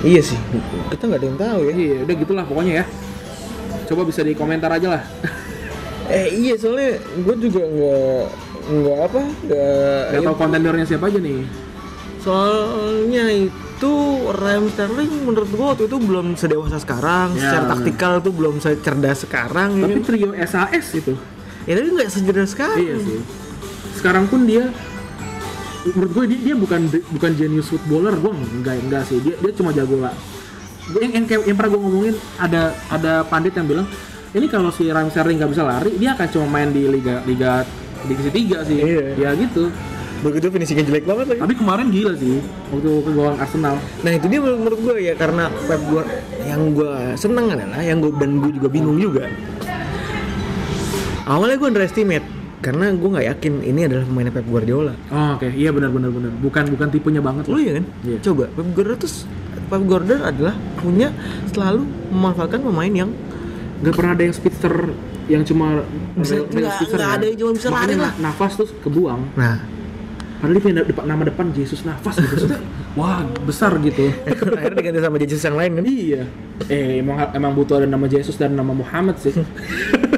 iya sih kita nggak ada yang tahu ya
iya udah gitulah pokoknya ya Coba bisa di komentar aja lah.
eh iya soalnya gue juga nggak nggak apa nggak
Gak tau kontendernya siapa aja nih.
soalnya itu Raheem Sterling menurut gue waktu itu belum sedewasa sekarang
Ya.
secara taktikal tuh belum secerdas sekarang
Tapi
ya.
trio SAS itu.
ya tapi nggak secerdas sekarang
Iya sih. Sekarang pun dia menurut gue dia, dia bukan bukan genius footballer gue enggak enggak sih dia dia cuma jago lah Gue yang, yang, kayak- yang pernah gue ngomongin ada ada pandit yang bilang ini kalau si Raheem Sterling nggak bisa lari dia akan cuma main di liga liga divisi 3 sih
Iya.
ya gitu
begitu finishingnya jelek banget lagi
tapi kemarin gila sih waktu ke gawang Arsenal
nah itu dia menurut, menurut gue ya karena Pep gue yang gue seneng adalah yang gue dan gue juga bingung juga awalnya gue underestimate karena gue nggak yakin ini adalah pemain Pep Guardiola
Oh, oke, iya benar benar benar. Bukan bukan tipenya banget
lu
loh.
ya kan
Iya.
coba Pep Guardiola tuh s- Pep Guardiola adalah punya selalu memanfaatkan pemain yang
Gak pernah ada yang speedster yang cuma
Bisa-
real- real
nggak-
speedster,
nggak
kan?
ada yang cuma bisa
Makanya
lari lah.
na- Nafas terus kebuang.
nah
Padahal dia punya depan- nama depan Yesus Nafas gitu. Maksudnya, Wah, besar gitu.
akhirnya diganti sama Jesus yang lain kan
iya. Eh, emang emang butuh ada nama Yesus dan nama Muhammad sih.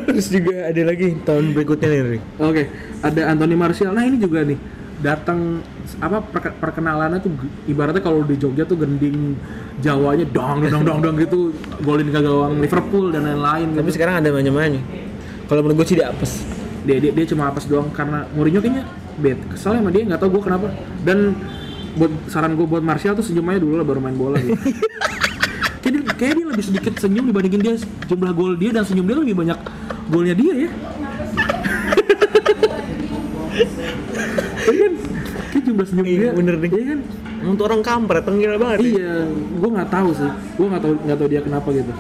terus juga ada lagi tahun berikutnya nih Ri.
Oke, ada Anthony Martial. Nah, ini juga nih datang apa perke- perkenalannya tuh g- ibaratnya kalau di Jogja tuh gending Jawanya dong dong dong dong gitu golin ke gawang Liverpool dan lain-lain
tapi sekarang ada banyak-banyak kalau menurut gue sih dia apes
dia dia, dia cuma apes doang karena Mourinho kayaknya bad kesel sama dia nggak tau gue kenapa dan buat saran gue buat Martial tuh senyum aja dulu lah baru main bola gitu kayak dia, kayak dia lebih sedikit senyum dibandingin dia jumlah gol dia dan senyum dia lebih banyak golnya dia ya Iya kan kayak jumlah senyum
Iya,
dia
bener nih.
iya kan
Emang tuh orang kampret, tengil banget ya.
iya gue nggak tahu sih gue nggak tahu nggak tahu dia kenapa gitu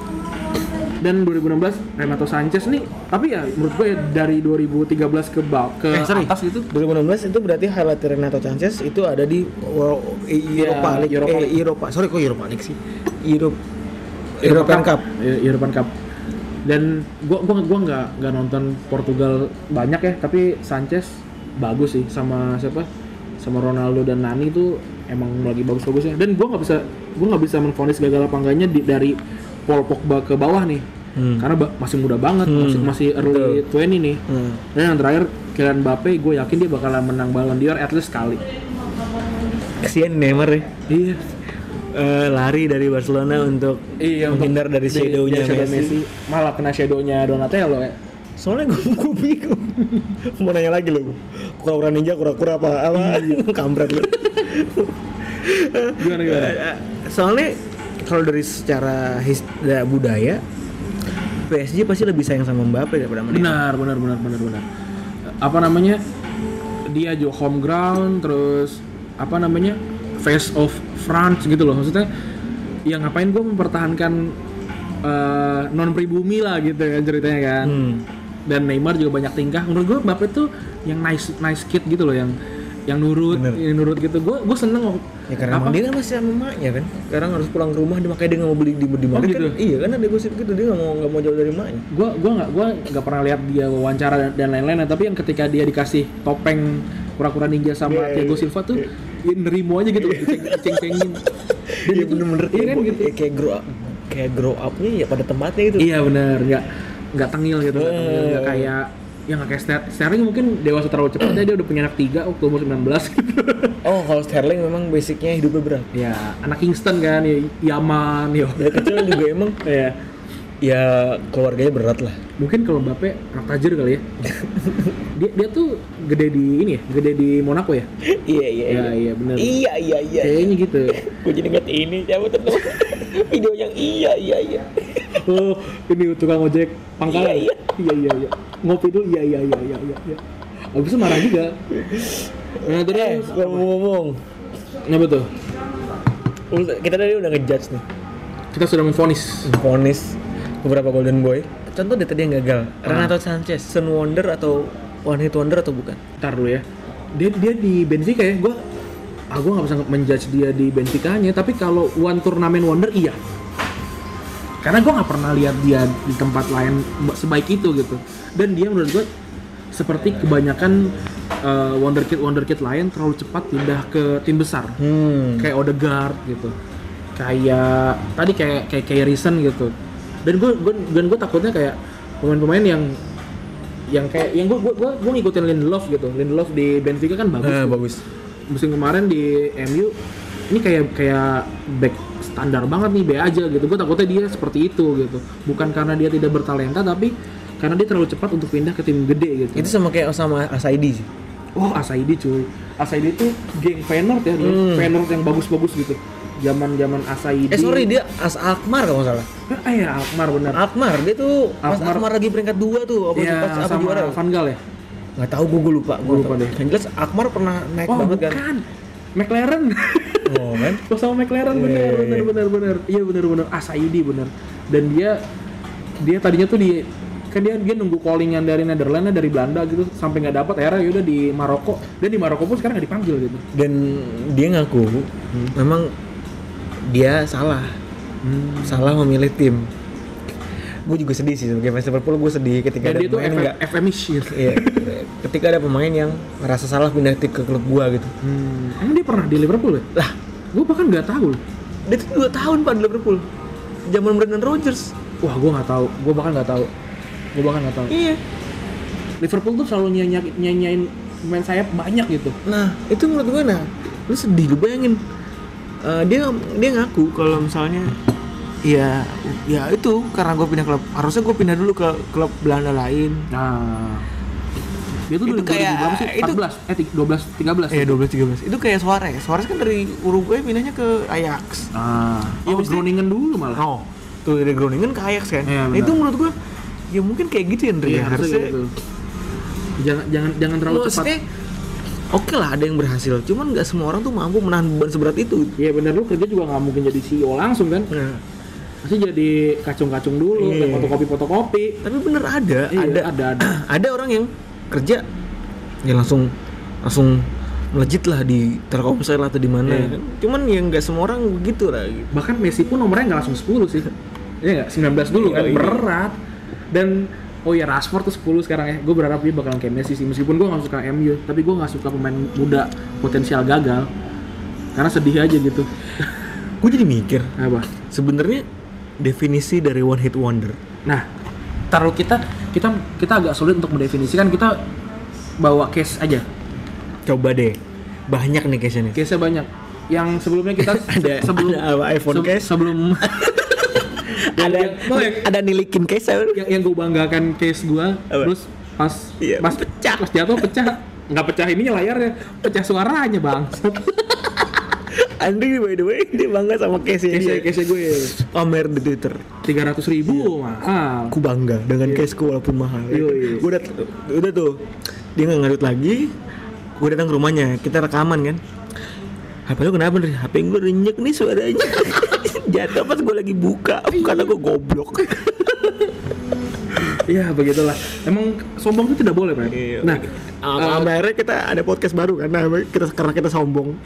dan 2016 Renato Sanchez nih tapi ya menurut gue ya, dari 2013 ke bawah ke
Eh, sorry.
atas gitu
2016 itu berarti highlight Renato Sanchez itu ada di World,
Iya,
Europa League,
Europa
eh,
League.
Eropa. Sorry kok Europa League sih. Europe European Cup.
Iya, European Cup. Dan gua gua gua nggak nggak nonton Portugal banyak ya, tapi Sanchez bagus sih sama siapa? Sama Ronaldo dan Nani itu emang lagi bagus-bagusnya. Dan gua nggak bisa gua nggak bisa menfonis gagal apa enggaknya di- dari Paul Pogba ke bawah nih.
Hmm.
Karena ba- masih muda banget,
Hmm.
masih masih early 20 nih.
Hmm.
Dan yang terakhir Kylian Mbappe, gue yakin dia bakalan menang Ballon d'Or at least sekali.
Kesian Neymar ya.
Iya.
Eh, lari dari Barcelona untuk
Iya, untuk-
menghindar dari
dari-
shadow-nya
dari shadow
Messi.
Malah kena shadow-nya Donatello ya.
Soalnya gue, gue bingung. Mau nanya lagi lo. Kura-kura ninja, kura-kura apa? apa? kampret lo.
Gimana gimana?
Eh, Soalnya kalau dari secara his, da- budaya PSG pasti lebih sayang sama Mbappe daripada sama Neymar.
benar benar benar benar benar apa namanya dia jo home ground terus apa namanya face of France gitu loh maksudnya ya ngapain gue mempertahankan eh, non pribumi lah gitu kan ceritanya kan
Hmm.
dan Neymar juga banyak tingkah menurut gue Mbappe tuh yang nice nice kid gitu loh yang yang nurut
Bener.
yang nurut gitu gue gue seneng loh
Ya karena emang dia kan masih sama emaknya kan. Sekarang harus pulang ke rumah, dia- makanya dia nggak mau beli di di market.
gitu?
Kan, iya kan ada gosip gitu dia nggak mau nggak mau jauh dari emaknya.
gue gua nggak gua nggak pernah lihat dia wawancara dan, dan lain-lain nah, tapi yang ketika dia dikasih topeng kura-kura ninja sama
Iya,
Thiago
iya.
Silva tuh ya nerimo aja gitu ceng-cengin dan
Iya
itu-
bener-bener
iya kan gitu
Ya, kayak grow up kayak grow up-nya ya pada tempatnya gitu.
iya bener nggak nggak tengil gitu nggak tengil, nggak
Eh.
kayak ya nggak kayak Ster- Sterling mungkin dewasa terlalu cepat ya, dia udah punya anak tiga waktu umur 19 gitu
Oh, kalau Sterling memang basicnya hidupnya berat.
ya anak Kingston kan ya, Yaman ya. yo
Dari kecil juga emang
ya
ya keluarganya berat lah.
mungkin kalau Mbappe anak tajir kali ya dia dia tuh gede di ini ya gede di Monaco ya
iya iya
ya
iya.
iya bener
Iya iya iya.
kayaknya gitu
Gue jadi inget ini siapa tuh namanya? video yang iya iya iya.
Oh, ini tukang ojek pangkalan.
Iya, iya.
iya, iya, iya. Ngopi dulu, iya, iya, iya, iya, iya, iya. Abis itu marah juga. Nah,
Eh,
terus,
ngomong-ngomong,
kenapa tuh?
lu- kita tadi udah ngejudge nih.
Kita sudah memfonis.
Ponis beberapa Golden Boy. Contoh dia tadi yang gagal. Renato Sanchez, Sun Wonder atau One Hit Wonder atau bukan?
Ntar dulu ya. Dia, dia di Benfica ya, gua ah, gua nggak bisa menjudge dia di Benfica-nya, tapi kalau one turnamen wonder iya. Karena gua nggak pernah lihat dia di tempat lain sebaik itu gitu. Dan dia menurut gua seperti kebanyakan eh, wonder kid wonder kid lain terlalu cepat pindah ke tim besar.
Hmm.
kayak Odegaard gitu kayak tadi kayak kayak kayak Reason gitu dan gue dan gue takutnya kayak pemain-pemain yang yang kayak yang gue gue gue ngikutin Lindelof gitu Lindelof di Benfica kan bagus
Eh,
tuh.
bagus.
musim kemarin di MU ini kayak kayak back standar banget nih B aja gitu gue takutnya dia seperti itu gitu bukan karena dia tidak bertalenta tapi karena dia terlalu cepat untuk pindah ke tim gede gitu
Itu sama kayak sama Asaidi sih.
oh Asaidi cuy Asaidi itu geng Feyenoord ya dia. Feyenoord yang bagus-bagus gitu zaman zaman Asaidi
Hmm. Eh sorry dia As Akmar kalau nggak salah.
ah, ya Akmar bener
Akmar dia tuh Mas
Akmar.
Akmar, lagi peringkat dua tuh apa
ya
pas apa
sama
juara
Van Gaal ya
nggak tahu gue, lupa
Gua lupa
tahu.
deh.
yang jelas Akmar pernah naik
oh
banget
bukan
kan
McLaren
oh kan
Oh sama McLaren bener bener bener bener iya bener bener Asayudi bener dan dia dia tadinya tuh di kan dia dia nunggu callingan dari Netherlands dari Belanda gitu sampai nggak dapat akhirnya yaudah di Maroko dan di Maroko pun sekarang nggak dipanggil gitu
dan dia ngaku memang dia salah salah memilih tim gue juga sedih sih sebagai fans Liverpool gue sedih ketika
dan
ada
dia tuh
pemain
F-
nggak
FMIS gitu.
iya, ketika ada pemain yang merasa salah pindah tim ke klub gua gitu
Hmm, emang dia pernah di Liverpool ya?
lah
Gue bahkan nggak tahu. loh.
dia tuh dua tahun pak di Liverpool zaman Brendan Rodgers
Wah, gue nggak tahu. Gue bahkan nggak tahu. Gue bahkan nggak tahu.
iya
Liverpool tuh selalu nyanyi nyanyain pemain sayap banyak gitu.
nah itu menurut gue nah lu sedih lu bayangin
Eh, dia dia ngaku kalau misalnya ya ya itu karena gue pindah klub harusnya gue pindah dulu ke klub Belanda lain
Nah, dia tuh
Itu
itu
kayak-
berapa sih?
itu-
14, eh ti- 12, 13.
ya 12 13 itu kayak Suarez Suarez kan dari Uruguay pindahnya ke Ajax
Ah,
Ya,
oh,
mesti-
Groningen dulu malah.
oh tuh dari Groningen ke Ajax kan Nah,
Iya, benar.
itu menurut gue ya mungkin kayak gitu ya Andre ya, harusnya
gitu. Jangan jangan jangan terlalu cepat.
maksudnya oke lah ada yang berhasil cuman nggak semua orang tuh mampu menahan beban seberat itu
Iya bener lu kerja juga nggak mungkin jadi CEO langsung kan?
nah,
Pasti jadi kacung-kacung dulu,
Iya.
kayak fotokopi-fotokopi.
tapi bener ada
Iya,
ada
ada ada.
ada orang yang kerja ya langsung langsung melejit lah di Telkomsel atau di mana
Iya.
kan. cuman ya nggak semua orang begitu lah gitu.
bahkan Messi pun nomornya nggak langsung 10 sih Iya nggak? 19 dulu kan
Iya, iya.
berat dan oh ya Rashford tuh 10 sekarang ya gue berharap dia bakalan kayak Messi sih meskipun gue nggak suka MU tapi gue nggak suka pemain muda potensial gagal karena sedih aja gitu
gue jadi mikir
apa
sebenarnya definisi dari one hit wonder
nah taruh kita kita kita agak sulit untuk mendefinisikan kita bawa case aja
coba deh banyak nih case nih
case nya banyak yang sebelumnya kita se-
Ada-
sebelum
ada apa, iPhone
se-
case?
sebelum
ada
yang- oh, yang-
ada nilikin case
yang yang gue banggakan case gue
Apa?
terus pas
Iya,
pas
pecah.
pas jatuh pecah nggak pecah ininya layarnya pecah suaranya bang
Andri by the way dia bangga sama case
case
ini
case gue
pamer di Twitter
tiga ratus ribu mahal
aku bangga dengan case ku walaupun mahal ya.
Iya, iya.
Gua udah udah tuh dia nggak ngadut lagi gue datang ke rumahnya kita rekaman kan HP lu kenapa nih? HP gue renyek nih suaranya Jatuh pas gue lagi buka Karena gue goblok
ya begitulah emang sombong itu tidak boleh pak
Iya.
nah
Sama
eh,
akhirnya kita ada podcast baru kan nah, kita, Karena kita sombong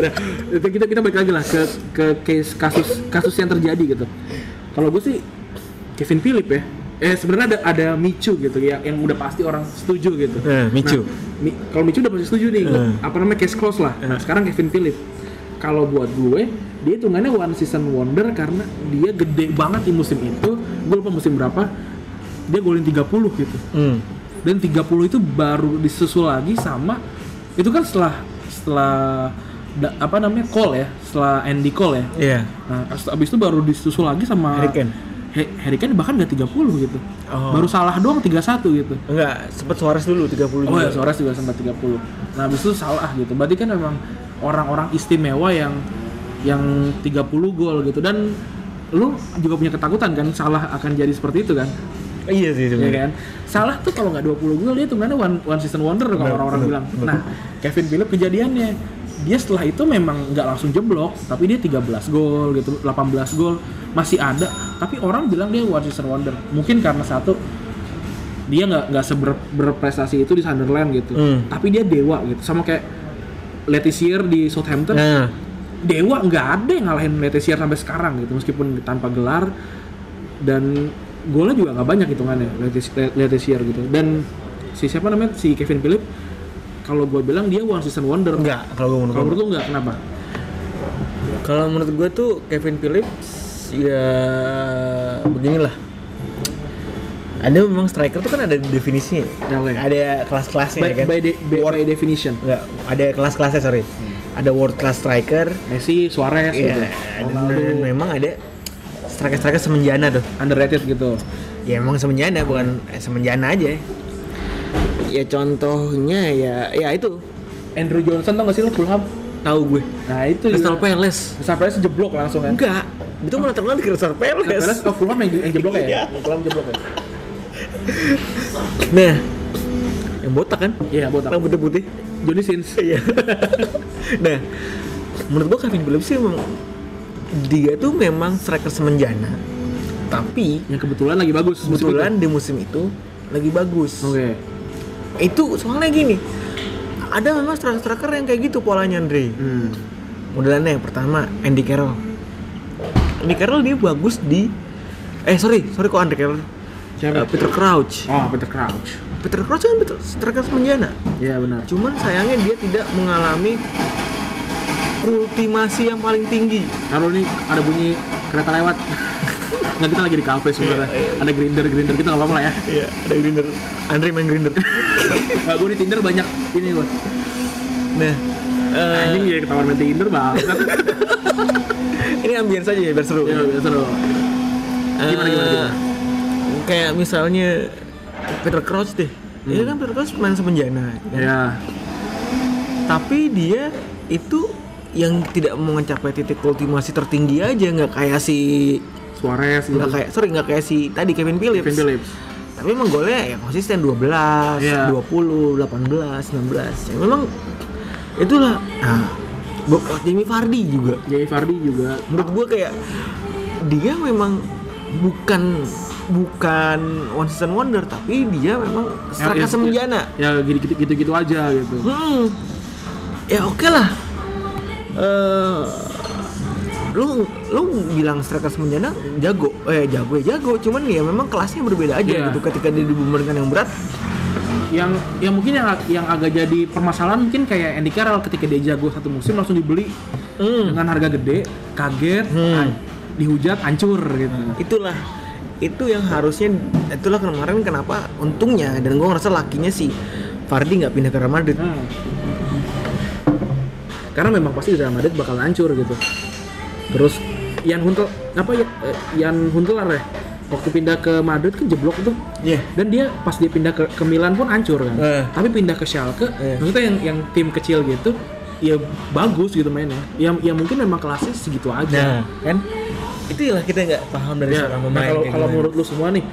nah, itu kita kita balik lagi lah ke ke case kasus kasus yang terjadi gitu kalau gue sih Kevin Philip ya eh sebenarnya ada ada Michu gitu ya yang udah pasti orang setuju gitu
Eh, Michu.
Nah, Mi- kalau Michu udah pasti setuju nih gitu.
Eh.
apa namanya case close lah nah sekarang Kevin Philip kalau buat gue dia hitungannya one season wonder karena dia gede banget di musim itu gue lupa musim berapa dia golin 30 gitu
hmm.
dan 30 itu baru disusul lagi sama itu kan setelah setelah da- apa namanya Cole ya setelah Andy Cole ya
Iya
Nah, abis abis itu baru disusul lagi sama
Harry Kane.
He- Harry Kane bahkan gak 30 gitu.
Oh.
Baru salah doang 31 gitu.
Enggak, sempet Suarez dulu 30
Oh
juga.
ya, Suarez juga sempat 30. Nah, abis itu salah gitu. Berarti kan memang orang-orang istimewa yang yang 30 gol gitu dan lu juga punya ketakutan kan salah akan jadi seperti itu kan
Iya sih
ya
sebenarnya.
kan salah tuh kalau nggak 20 gol dia tuh one, one season wonder kalau orang-orang bilang nah Kevin Philip kejadiannya dia setelah itu memang nggak langsung jeblok tapi dia 13 gol gitu 18 gol masih ada tapi orang bilang dia one season wonder mungkin karena satu dia nggak nggak seber berprestasi itu di Sunderland gitu
Hmm.
tapi dia dewa gitu sama kayak Letizier di Southampton
Nah,
Dewa nggak ada yang ngalahin Letesiar sampai sekarang gitu meskipun tanpa gelar dan golnya juga nggak banyak hitungannya Letes- Le- Letesiar gitu dan si siapa namanya si Kevin Philip kalau gue bilang dia one season wonder
enggak kalau gue
kalau
menurut
menurut lu nggak kenapa
Kalau menurut gue tuh Kevin Phillips ya beginilah. Ada memang striker tuh kan ada definisinya.
Oke.
Ada kelas-kelasnya
by,
ya kan.
by, de- by- by definition
Nggak, ada kelas-kelasnya sorry. Ada world class striker.
Messi, Suarez
Iya.
gitu.
dan- dan
Ronaldo,
memang ada striker-striker semenjana tuh.
underrated gitu.
Ya emang semenjana bukan eh, semenjana aja. Ya contohnya ya ya itu
Andrew Johnson tau gak sih lo Fulham?
tahu gue.
Nah itu
Crystal
juga.
Palace.
Crystal Palace jeblok langsung kan.
Gitu. Enggak, itu malah terkenal di Crystal
Crystal Palace
Palace.
oh, Fulham yang, yang jeblok ya?
Iya.
Yang Fulham jeblok ya?
Nah, yang botak kan?
Iya, botak.
Rambutnya putih.
Johnny Sins.
Iya. nah, menurut gua Kevin Phillips sih memang dia tuh memang striker semenjana. Tapi
Yang kebetulan lagi bagus. musim itu.
kebetulan di musim itu lagi bagus.
Oke.
Itu soalnya gini. Ada memang striker-striker yang kayak gitu polanya Andre.
Hmm.
Modelannya yang pertama Andy Carroll. Andy Carroll dia bagus di eh sorry sorry kok Andy Carroll. Eh,
Siapa?
Peter Crouch.
Oh, Peter Crouch.
Peter Crouch kan Peter, striker semenjana.
Iya benar.
Cuman sayangnya dia tidak mengalami ultimasi yang paling tinggi.
Taruh nih ada bunyi kereta lewat. Nggak kita lagi di kafe sebenarnya. Ada grinder grinder kita nggak apa-apa lah ya.
Iya, ada grinder. Andre main grinder.
Nah, gue di Tinder banyak ini gue.
nah, eh,
Anjing ya ketahuan main Tinder bang.
ini ambience aja ya biar seru.
ya biasa loh. Gimana, gimana,
Eh,
gimana?
Kayak misalnya Peter Crouch deh. Dia kan Peter Crouch main semenjana.
Ya.
kan? Tapi dia itu yang tidak mencapai titik ultimasi tertinggi aja nggak kayak si
Suarez gitu.
nggak kayak sorry nggak kayak si tadi Kevin Phillips.
Kevin Phillips.
tapi emang golnya ya konsisten 12,
Iya.
20, 18, 16 ya, memang itulah nah, Bob Jamie Vardy juga
Jay Fardi juga.
menurut gue kayak dia memang bukan bukan one season wonder tapi dia memang striker
Ya, ya,
semenjana
Ya gitu gitu gitu aja gitu.
hmm. ya oke lah Eh, lu lu bilang striker semenjana jago eh jago ya jago cuman ya memang kelasnya berbeda aja
Iya.
gitu ketika dia dibumbarkan yang berat
yang yang mungkin yang yang agak jadi permasalahan mungkin kayak Andy Carroll ketika dia jago satu musim langsung dibeli
Hmm.
dengan harga gede kaget
Hmm.
an- dihujat hancur gitu
itulah itu yang harusnya itulah kemarin kenapa untungnya dan gue ngerasa lakinya si Fardi nggak pindah ke Real Madrid
Hmm. karena memang pasti Real Madrid bakal hancur gitu terus Yan Huntel apa ya eh, Yan Huntelar ya waktu pindah ke Madrid kan jeblok tuh
Iya.
dan dia pas dia pindah ke, ke Milan pun hancur kan
Eh.
tapi pindah ke Schalke
Eh.
maksudnya yang yang tim kecil gitu ya bagus gitu mainnya ya, ya mungkin memang kelasnya segitu aja
nah kan itulah kita nggak paham dari
Ya,
seorang
nah,
pemain
kalau
kayak
kalau
gimana.
menurut lu semua nih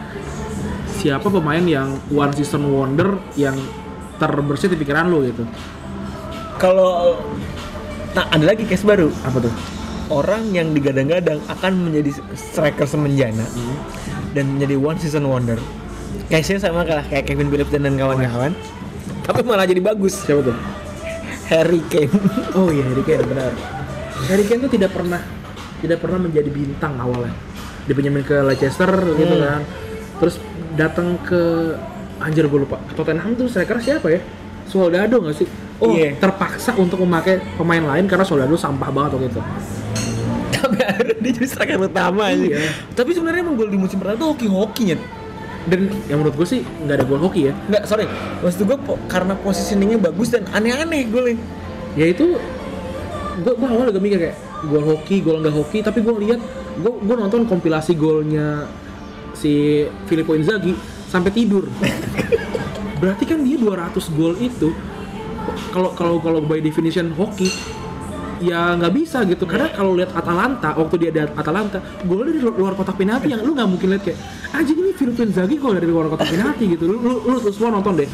siapa pemain yang one season wonder yang terbersih di pikiran lu gitu
kalau nah ada lagi case baru
apa tuh
orang yang digadang-gadang akan menjadi striker semenjana dan menjadi one season wonder case-nya sama kalah kayak Kevin Phillips dan kawan-kawan tapi malah jadi bagus
siapa tuh
Harry Kane
oh iya Harry Kane benar Harry Kane tuh tidak pernah tidak pernah menjadi bintang awalnya dipinjemin ke Leicester gitu
Hmm.
kan terus datang ke anjir gue lupa ke Tottenham tuh striker siapa ya Soldado nggak sih Oh,
Iya.
terpaksa untuk memakai pemain lain karena Soldado sampah banget waktu itu.
tapi akhirnya dia jadi striker utama sih.
Iya.
Tapi sebenarnya emang gol di musim pertama tuh hoki-hokinya.
Dan yang menurut gue sih nggak ada gol hoki ya.
Nggak, sorry. Maksud gue po- karena positioningnya bagus dan aneh-aneh golnya.
ya itu gue gue awal agak mikir kayak gol hoki gol nggak hoki tapi gue lihat gue gue nonton kompilasi golnya si Filippo Inzaghi sampai tidur berarti kan dia 200 gol itu kalau kalau kalau by definition hoki ya nggak bisa gitu karena kalau lihat Atalanta waktu dia ada Atalanta golnya dari lu- luar kotak penalti yang lu nggak mungkin lihat kayak anjing ini Filippo Inzaghi gol dari luar kotak penalti gitu lu lu, lu semua nonton deh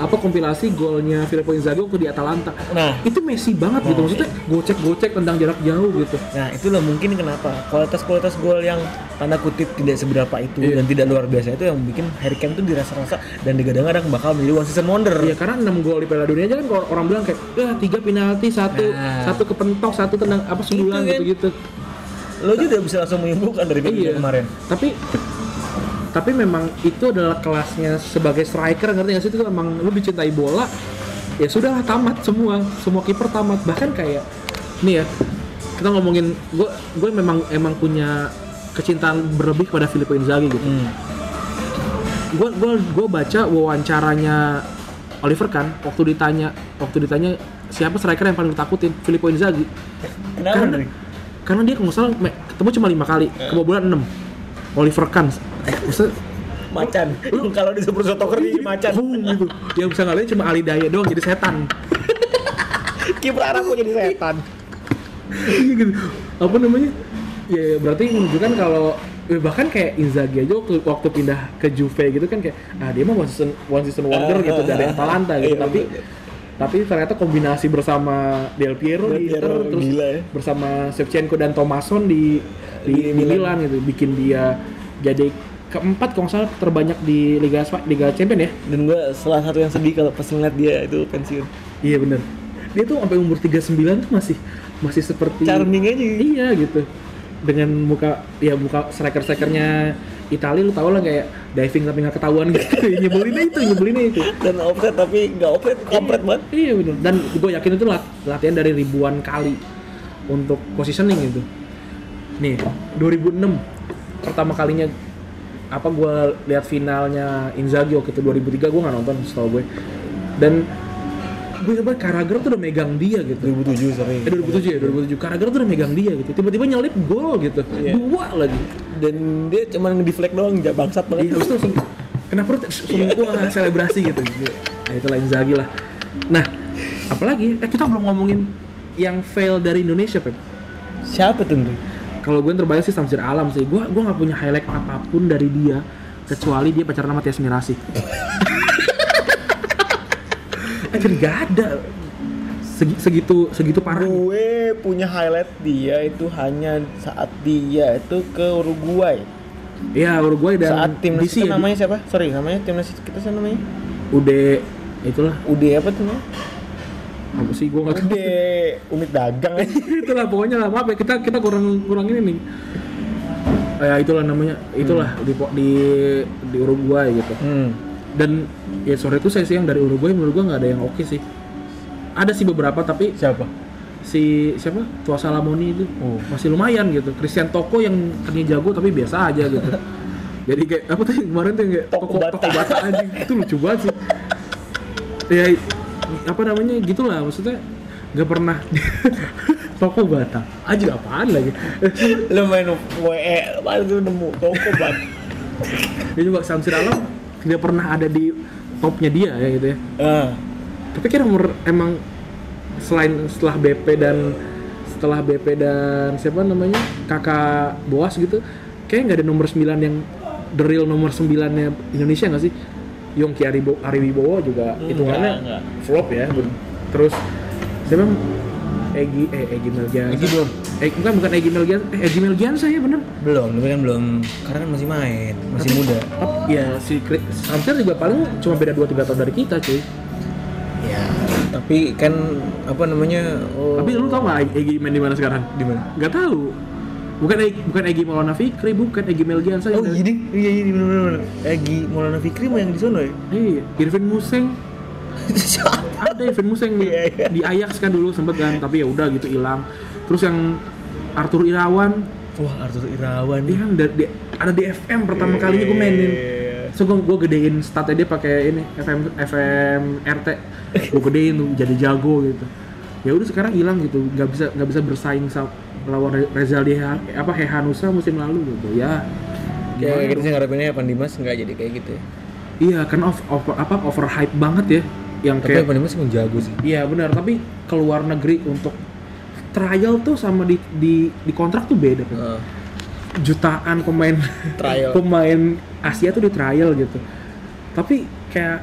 apa kompilasi golnya Filippo Inzaghi waktu di Atalanta
Nah.
itu Messi banget gitu maksudnya gocek-gocek tendang jarak jauh gitu
Nah, itulah mungkin kenapa kualitas-kualitas gol yang tanda kutip tidak seberapa itu
Iya.
dan tidak luar biasa itu yang bikin Harry Kane tuh dirasa-rasa dan digadang-gadang bakal menjadi one season wonder.
ya karena 6 gol di Piala Dunia aja kan kalau orang bilang kayak ya tiga penalti satu
Nah.
satu kepentok satu tendang apa
Itu
sundulan
kan.
gitu gitu
Lo juga udah bisa langsung menyimpulkan dari game kemarin.
Iya. tapi tapi memang itu adalah kelasnya sebagai striker ngerti nggak sih itu emang lu dicintai bola ya sudahlah tamat semua semua kiper tamat bahkan kayak nih ya kita ngomongin gue gue memang emang punya kecintaan berlebih kepada Filippo Inzaghi gitu.
Hmm.
Gue baca wawancaranya Oliver Kahn waktu ditanya waktu ditanya siapa striker yang paling ditakutin Filippo Inzaghi
Kenapa
Karena-
nih?
karena dia kalau nggak salah me- ketemu cuma lima kali kebobolan enam Oliver Kahn Eh, Maksudnya,
Macan. Lu kalau di Super Sotoker di macan.
boom gitu dia bisa ngalahin cuma Ali Daya doang jadi setan
Kiper Arab kok jadi setan.
Iya gitu. apa namanya ya berarti menunjukkan kalau eh, bahkan kayak Inzaghi aja waktu, waktu pindah ke Juve gitu kan kayak ah dia mah one season one season wonder gitu dari Atalanta gitu
Ah, Iya,
tapi tapi ternyata kombinasi bersama Del Piero
Del
di Inter
Piero,
terus
gila ya.
bersama Shevchenko dan Thomason di di,
Di
di
Milan.
Milan gitu bikin dia jadi keempat kalau nggak salah terbanyak di Liga Spa- Liga Champion ya
Dan gua salah satu yang sedih kalau pas ngeliat dia itu pensiun.
iya bener dia tuh sampai umur 39 tuh masih masih seperti
Charming aja.
iya gitu dengan muka ya muka striker strikernya Italia lu tau lah kayak diving tapi nggak ketahuan gitu nyebelinnya itu nyebelinnya itu
Dan offset tapi nggak offset, komplit banget.
iya bener dan gue yakin itu lat- latihan dari ribuan kali untuk positioning gitu nih 2006 pertama kalinya apa gue lihat finalnya Inzaghi waktu itu 2003 gue nggak nonton setahu gue dan gue coba Carragher tuh udah megang dia gitu
2007 sorry.
Eh 2007 ya, 2007. Carragher tuh udah megang dia gitu. Tiba-tiba nyelip gol gitu.
Iya.
Dua lagi.
Dan dia cuma ngedeflect doang, nggak bangsat banget.
Iya, habis itu langsung kena perut semua selebrasi gitu. Nah, itu lain Zagi lah. Nah, apalagi eh kita belum ngomongin yang fail dari Indonesia, Pep.
Siapa tuh? Ndri?
Kalau gue yang terbayang sih Samsir Alam sih. Gue gue nggak punya highlight apapun dari dia kecuali dia pacaran sama Tias Mirasih. Anjir nggak ada. Segi- segitu segitu parah.
Oh. Gue punya highlight dia itu hanya saat dia itu ke Uruguay.
Ya, Uruguay dan
saat timnas
DC
kita
ya,
namanya siapa? Sorry, namanya timnas kita siapa namanya?
Ude E, itulah
UD apa tuh namanya?
apa sih gue nggak tahu
UD unit dagang aja.
itulah pokoknya lah maaf ya kita kita kurang kurang ini nih Eh, ya itulah namanya itulah di po- di di Uruguay gitu
Hmm.
dan ya sore itu saya sih yang dari Uruguay menurut gua nggak ada yang oke sih ada sih beberapa tapi
Siapa?
si siapa Tua Salamoni itu
Oh.
masih lumayan gitu Christian Toko yang ternyata jago tapi biasa aja gitu jadi kayak apa tuh yang kemarin tuh yang kayak
Toko
toko
Bata.
toko bata anjing itu lucu banget sih ya apa namanya gitulah maksudnya nggak pernah toko bata aja apaan lagi
Lo main WE, baru tuh nemu toko banget.
ya juga Samsir Alam tidak pernah ada di topnya dia ya gitu ya
Ah,
tapi kira umur emang selain setelah BP dan setelah BP dan siapa namanya kakak Boas gitu kayak nggak ada nomor 9 yang the real nomor 9 nya Indonesia nggak sih Yongki Aribo, Ariwibowo juga hitungannya
enggak,
flop ya ben- terus siapa Egi eh Egi Melgian
Egy belum?
eh, bukan bukan Egi Melgian eh Egi Melgian saya bener
belum, tapi kan belum. Karena kan masih main, masih muda.
ya si Kri- Samsir juga paling cuma beda 2-3 tahun dari kita cuy
Ya, tapi kan apa namanya? Oh,
tapi lu tau nggak Egi main di mana sekarang
di mana?
Gak tahu. Bukan Egy- bukan Egy Maulana Fikri, bukan Egy Melgian saya.
Oh, iya ding. Iya, iya, benar benar. Egi Maulana Fikri mah yang di sono ya?
Iya, Irvin Museng.
Siapa?
Ada Irvin Museng
Iya, iya.
di Ajax kan dulu sempet kan, tapi ya udah gitu hilang. Terus yang Arthur Irawan,
Wah, Arthur Irawan
dia
nih.
kan da- di- ada di FM pertama
Iya,
kalinya gue mainin. So gue, gue gedein statnya dia pakai ini FM FM RT. Gue gedein tuh jadi jago gitu. Ya udah sekarang hilang gitu, nggak bisa nggak bisa bersaing sama lawan Re- Rezal Deha, apa Hehanusa musim lalu gitu ya.
Kayak
gimana dong?
gitu sih ngarepinnya Evan Dimas nggak jadi kayak gitu. ya.
Iya, karena over, over apa overhype banget ya yang
Tapi
kayak
Evan Dimas emang jago sih.
Iya, benar, tapi keluar negeri untuk trial tuh sama di di di kontrak tuh beda. Kan?
Heeh.
Jutaan pemain
Eh. Trial.
pemain Asia tuh di trial gitu. Tapi kayak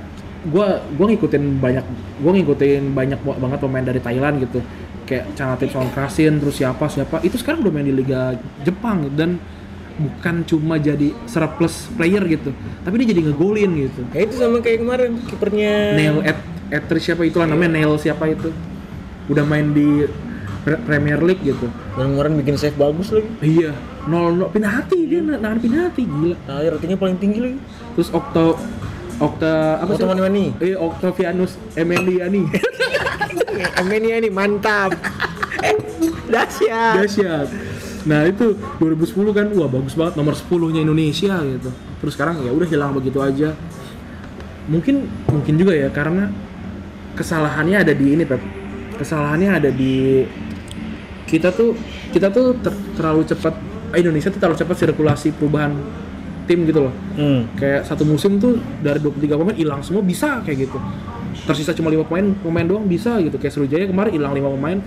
gua gua ngikutin banyak gua ngikutin banyak ba- banget pemain dari Thailand gitu. Kayak Chanathip Songkrasin terus siapa siapa itu sekarang udah main di liga Jepang dan bukan cuma jadi surplus player gitu, tapi dia jadi ngegolin gitu.
Ya itu sama kayak kemarin kipernya
Neil Ed Etter siapa itu lah namanya Neil siapa itu udah main di Pre- Premier League gitu
Dan kemarin bikin save bagus lagi.
iya nol nol pinati dia na- nahan pinati gila
Nah, ratingnya paling tinggi lagi.
terus Okto Okta
Apa
apa sih
teman Mani?
eh Octavianus Emeliani
Eh, Mania nih mantap. Eh, Dahsyat.
dahsyat Nah itu 2010 kan, wah bagus banget nomor 10-nya Indonesia gitu. Terus sekarang ya udah hilang begitu aja. Mungkin mungkin juga ya karena kesalahannya ada di ini Pep. Kesalahannya ada di kita tuh kita tuh ter- terlalu cepat Indonesia tuh terlalu cepat sirkulasi perubahan tim gitu loh.
Hmm.
Kayak satu musim tuh dari 23 pemain hilang semua bisa kayak gitu. Tersisa cuma lima pemain, pemain doang bisa gitu. Kayak Sriwijaya kemarin hilang lima pemain.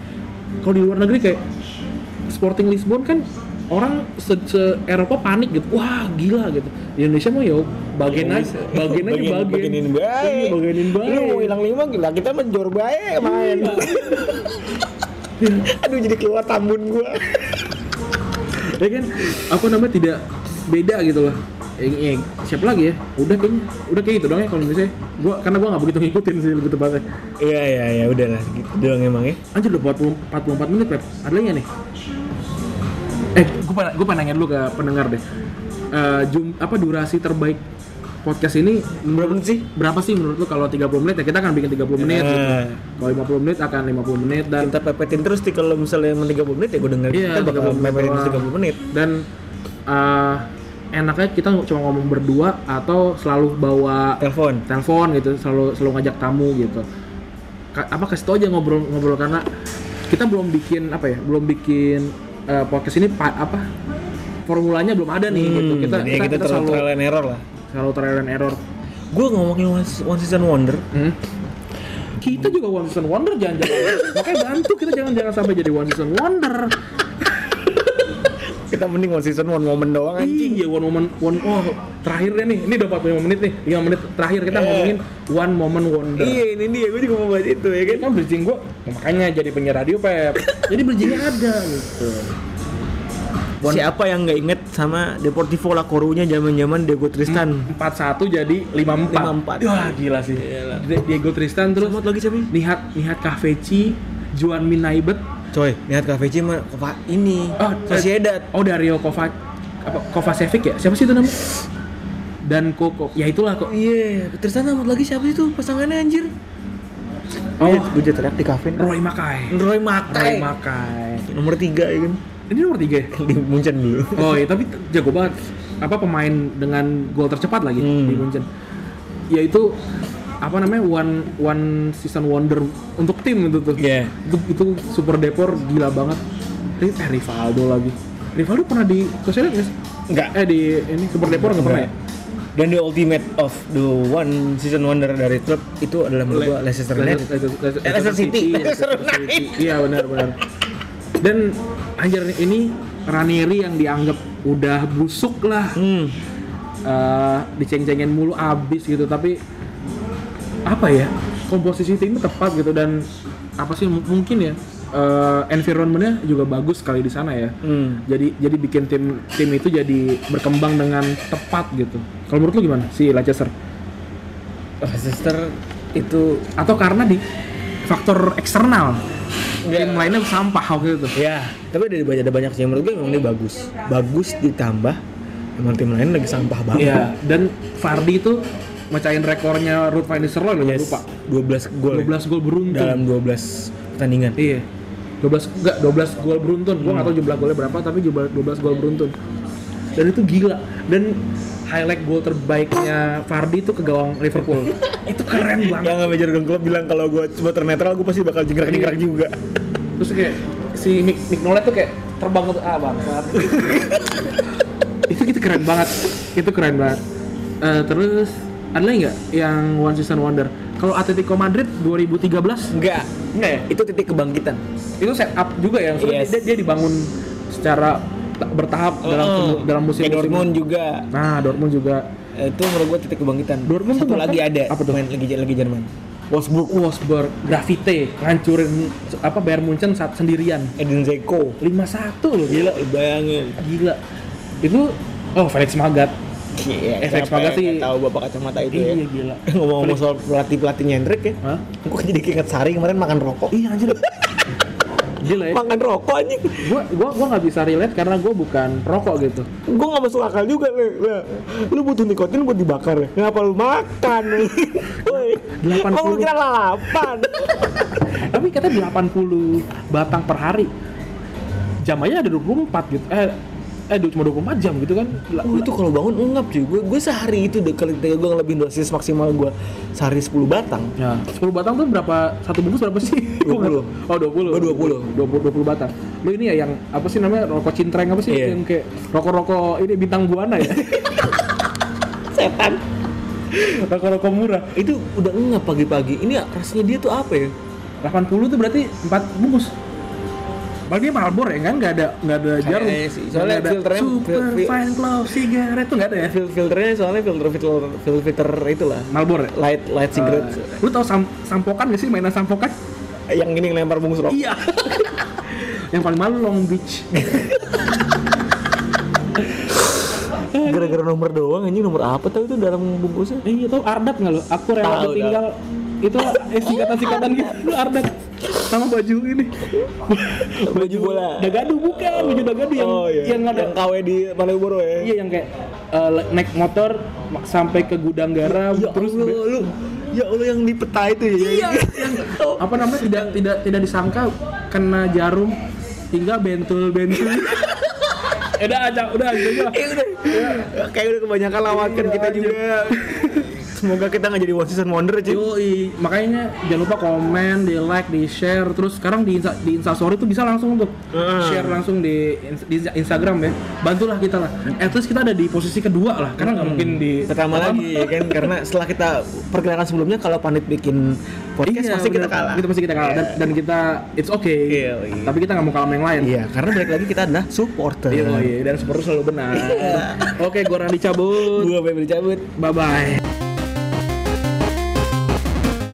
Kalau di luar negeri kayak Sporting Lisbon kan orang se, se- Eropa panik gitu. Wah, gila gitu. Di Indonesia mah ya bagian aja,
Iya,
bagian aja
Bagian-
bagian.
bagienin baik.
Iya, Bagianin baik.
Lu mau hilang lima gila, kita menjor baik main. Aduh jadi keluar tambun gua.
ya kan apa namanya tidak beda gitu loh Eh, eh, siapa lagi ya udah kayaknya udah kayak gitu doang ya kalau misalnya gua karena gua nggak begitu ngikutin sih lebih tepatnya
Iya iya iya udahlah gitu doang emang ya.
anjir udah 40 44 menit Pep ada lagi nggak nih eh gua pengen gua pengen nanya dulu ke pendengar deh Eh, jum, apa durasi terbaik podcast ini
Berapa menit sih?
berapa sih menurut lu kalau 30 menit ya kita akan bikin 30 menit gitu.
Nah.
kalau 50 menit akan 50 menit dan
Kita pepetin terus sih kalau misalnya emang 30 menit ya gua dengerin
Iya,
kita bakal
30 menit
pepetin terus
doang.
30 menit.
dan eh, enaknya kita cuma ngomong berdua atau selalu bawa
Telepon.
telepon gitu selalu selalu ngajak tamu gitu Ka- apa kasih tau aja ngobrol ngobrol karena kita belum bikin apa ya belum bikin eh, podcast ini pa- apa formulanya belum ada nih gitu
Hmm,
kita
ya
kita,
kita,
kita
terlalu
selalu
trial and error lah.
selalu trial and error
Gua ngomongin one, one season wonder.
Hmm. kita juga one season wonder jangan jangan makanya bantu kita jangan jangan sampai jadi one season wonder
Kita mending one season one moment doang anjing.
Iya, one moment one oh terakhirnya nih. Ini udah 45 menit nih. 5 menit terakhir kita ngomongin one moment wonder.
Iya ini dia, gua juga mau bahas itu ya
Ini
kan.
kan bridging gua makanya jadi penyiar radio Pep. jadi bridgingnya ada gitu.
Siapa yang nggak inget sama Deportivo La Coruña zaman-zaman Diego Tristan?
41 jadi
54.
54. Wah, gila sih. Die- Diego Tristan terus
Selamat lagi siapa? ya?
Nihat Nihat Kafeci, Juan Minaibet.
Coy, lihat Cafe mah Kova- ini
Oh,
Sociedad.
Oh, Dario Kovac apa Kovacevic ya? Siapa sih itu namanya? Dan Koko. Ya itulah kok.
Iya, Tristan sama lagi siapa sih tuh pasangannya anjir?
Oh,
gue jadi teriak di kafe.
Roy Makai.
Roy
Roy
Makai.
Makai.
Nomor tiga ya kan?
Ini nomor 3 ya?
Di Munchen dulu.
Oh iya, tapi jago banget. Apa pemain dengan gol tercepat lagi
Hmm.
di Munchen. Yaitu apa namanya one one season wonder untuk tim itu tuh.
Iya.
Itu, itu super depor gila banget. Ri- Eh, Rivaldo lagi. Rivaldo pernah di Sociedad nggak sih?
Enggak.
Eh di ini super depor nggak pernah ya?
Dan the ultimate of the one season wonder dari klub itu adalah menurut gua Leicester United.
Leicester-
Eh, Leicester City. Leicester United.
Iya benar benar. Dan anjir ini Ranieri yang dianggap udah busuk lah.
Hmm.
eh diceng-cengin mulu abis gitu tapi apa ya komposisi timnya tepat gitu dan apa sih m- mungkin ya eh, environmentnya juga bagus sekali di sana ya
Hmm.
jadi jadi bikin tim tim itu jadi berkembang dengan tepat gitu kalau menurut lu gimana si Leicester
Leicester itu
atau karena di faktor eksternal tim lainnya sampah waktu itu
ya, tapi ada banyak ada banyak sih menurut gua memang dia bagus. Bagus ditambah emang tim lain lagi sampah banget.
Iya, dan Fardi itu mecahin rekornya Ruth Van der Sar, lo jangan
Yes.
lupa
12 gol.
12 gol beruntun
dalam 12 pertandingan.
Iya. 12 enggak 12 gol beruntun. Gua nggak tahu jumlah golnya berapa tapi jumlah 12 gol beruntun. Dan itu gila. Dan highlight gol terbaiknya Fardi itu ke gawang Liverpool. itu keren banget.
Yang manajer Jurgen Klopp bilang kalau gue supporter netral gue pasti bakal jingkrak-jingkrak juga.
Terus kayak si Nick, Nick Nolet tuh kayak terbang ke ah bangsat. itu itu keren banget. Itu keren banget. Eh, terus ada lagi nggak yang One Season Wonder? Kalau Atletico Madrid 2013
Enggak.
enggak ya?
Itu titik kebangkitan.
itu set up juga ya maksudnya
Yes.
dia, dia dibangun secara ta- bertahap dalam semu- dalam musim
Oh. Kayak
Oh, Dortmund.
Dortmund juga
Nah, Dortmund juga
itu menurut gue titik kebangkitan.
Dortmund
Satu
tuh bahkan-
lagi ada
apa tuh?
main lagi lagi Jerman. Wolfsburg,
Wolfsburg, Graffiti, ngancurin se- apa Bayern Munchen saat sendirian.
Edin Zeko.
5-1 loh, gila.
Gila, lu bayangin.
Gila. Itu oh Felix Magath.
Iya,
Efek banget sih.
Tahu bapak kacamata itu ya.
Iya, gila.
Ngomong-ngomong soal pelatih-pelatih nyentrik ya.
Hah?
Gue jadi keinget Sari kemarin makan rokok.
Iya anjir. gila ya.
Makan rokok anjing.
Gua gua gua nggak bisa relate karena gua bukan perokok gitu.
gue gak masuk akal juga nih Nah, lu butuh nikotin buat dibakar ya kenapa lu makan woi
Delapan
oh lu
puluh.
kira lalapan
Tapi katanya 80 batang per hari. jam aja ada 24 gitu eh eh du- cuma 24 jam gitu kan La-
Oh, itu kalau bangun ungap cuy. Gue gue sehari itu deh kalau ketika gue ngelebihin dosis maksimal gue sehari 10 batang.
Ya, 10 batang tuh berapa? Satu bungkus berapa sih?
20.
Oh, 20.
Oh, 20.
20, 20 batang. Lu ini ya yang apa sih namanya? Rokok cintreng apa sih?
Iya.
Yang kayak rokok-rokok ini bintang buana ya.
Setan.
rokok-rokok murah.
Itu udah ungap pagi-pagi. Ini rasanya dia tuh apa ya?
80 tuh berarti 4 bungkus. Padahal dia Marlboro ya kan? Nggak ada nggak ada jarum.
Kayaknya sih. Soalnya
Nggak ada
filternya-
super
fil- fil-
fine glow cigarette tuh nggak ada ya.
Eh, Fil- filternya soalnya filter filter filter, filter itulah.
Marlboro ya.
Light light cigarette.
Eh, lu tau sam sampokan nggak sih mainan sampokan?
Ah. yang gini ngelempar bungkus rokok.
Iya. yang paling malu Long Beach.
Gara-gara nomor doang anjing nomor apa tau itu dalam bungkusnya.
Eh, Iya tau Ardat nggak lo? Aku rela
Tahu,
ditinggal itu eh, singkatan-singkatan gitu lu Ardat sama baju ini
Baju bola.
Dagadu bukan baju Dagadu yang
Oh, iya.
yang ada
KW di Malioboro ya.
iya yang kayak eh, naik motor ma- sampai ke gudang garam
Ya
terus
Allah,
be-
lu ya Allah yang di peta itu ya. Iya.
apa namanya tidak tidak tidak disangka kena jarum tinggal bentul bentul Eh, udah aja udah aja udah.
Eh, udah. Kayak udah kebanyakan lawakan kita juga. Iya, Semoga kita nggak jadi one season wonder cuy.
Yoi, makanya jangan lupa komen, di like, di share. Terus sekarang di Insta, di Instastory tuh bisa langsung untuk
Hmm.
share langsung di, ins- di Instagram ya. Bantulah kita lah. At least kita ada di posisi kedua lah, karena nggak mungkin di
Hmm. Pertama lagi ya kan karena setelah kita pergerakan sebelumnya kalau Panit bikin podcast
Iya,
pasti kita
bener.
kalah.
Kita pasti kita kalah dan, dan kita it's okay.
Iya, iya.
Tapi kita nggak mau kalah sama yang lain.
Iya, karena balik lagi kita adalah supporter.
Yoi, dan seperti selalu benar. Oke, gua Randy cabut.
Gua pengen cabut.
Bye bye.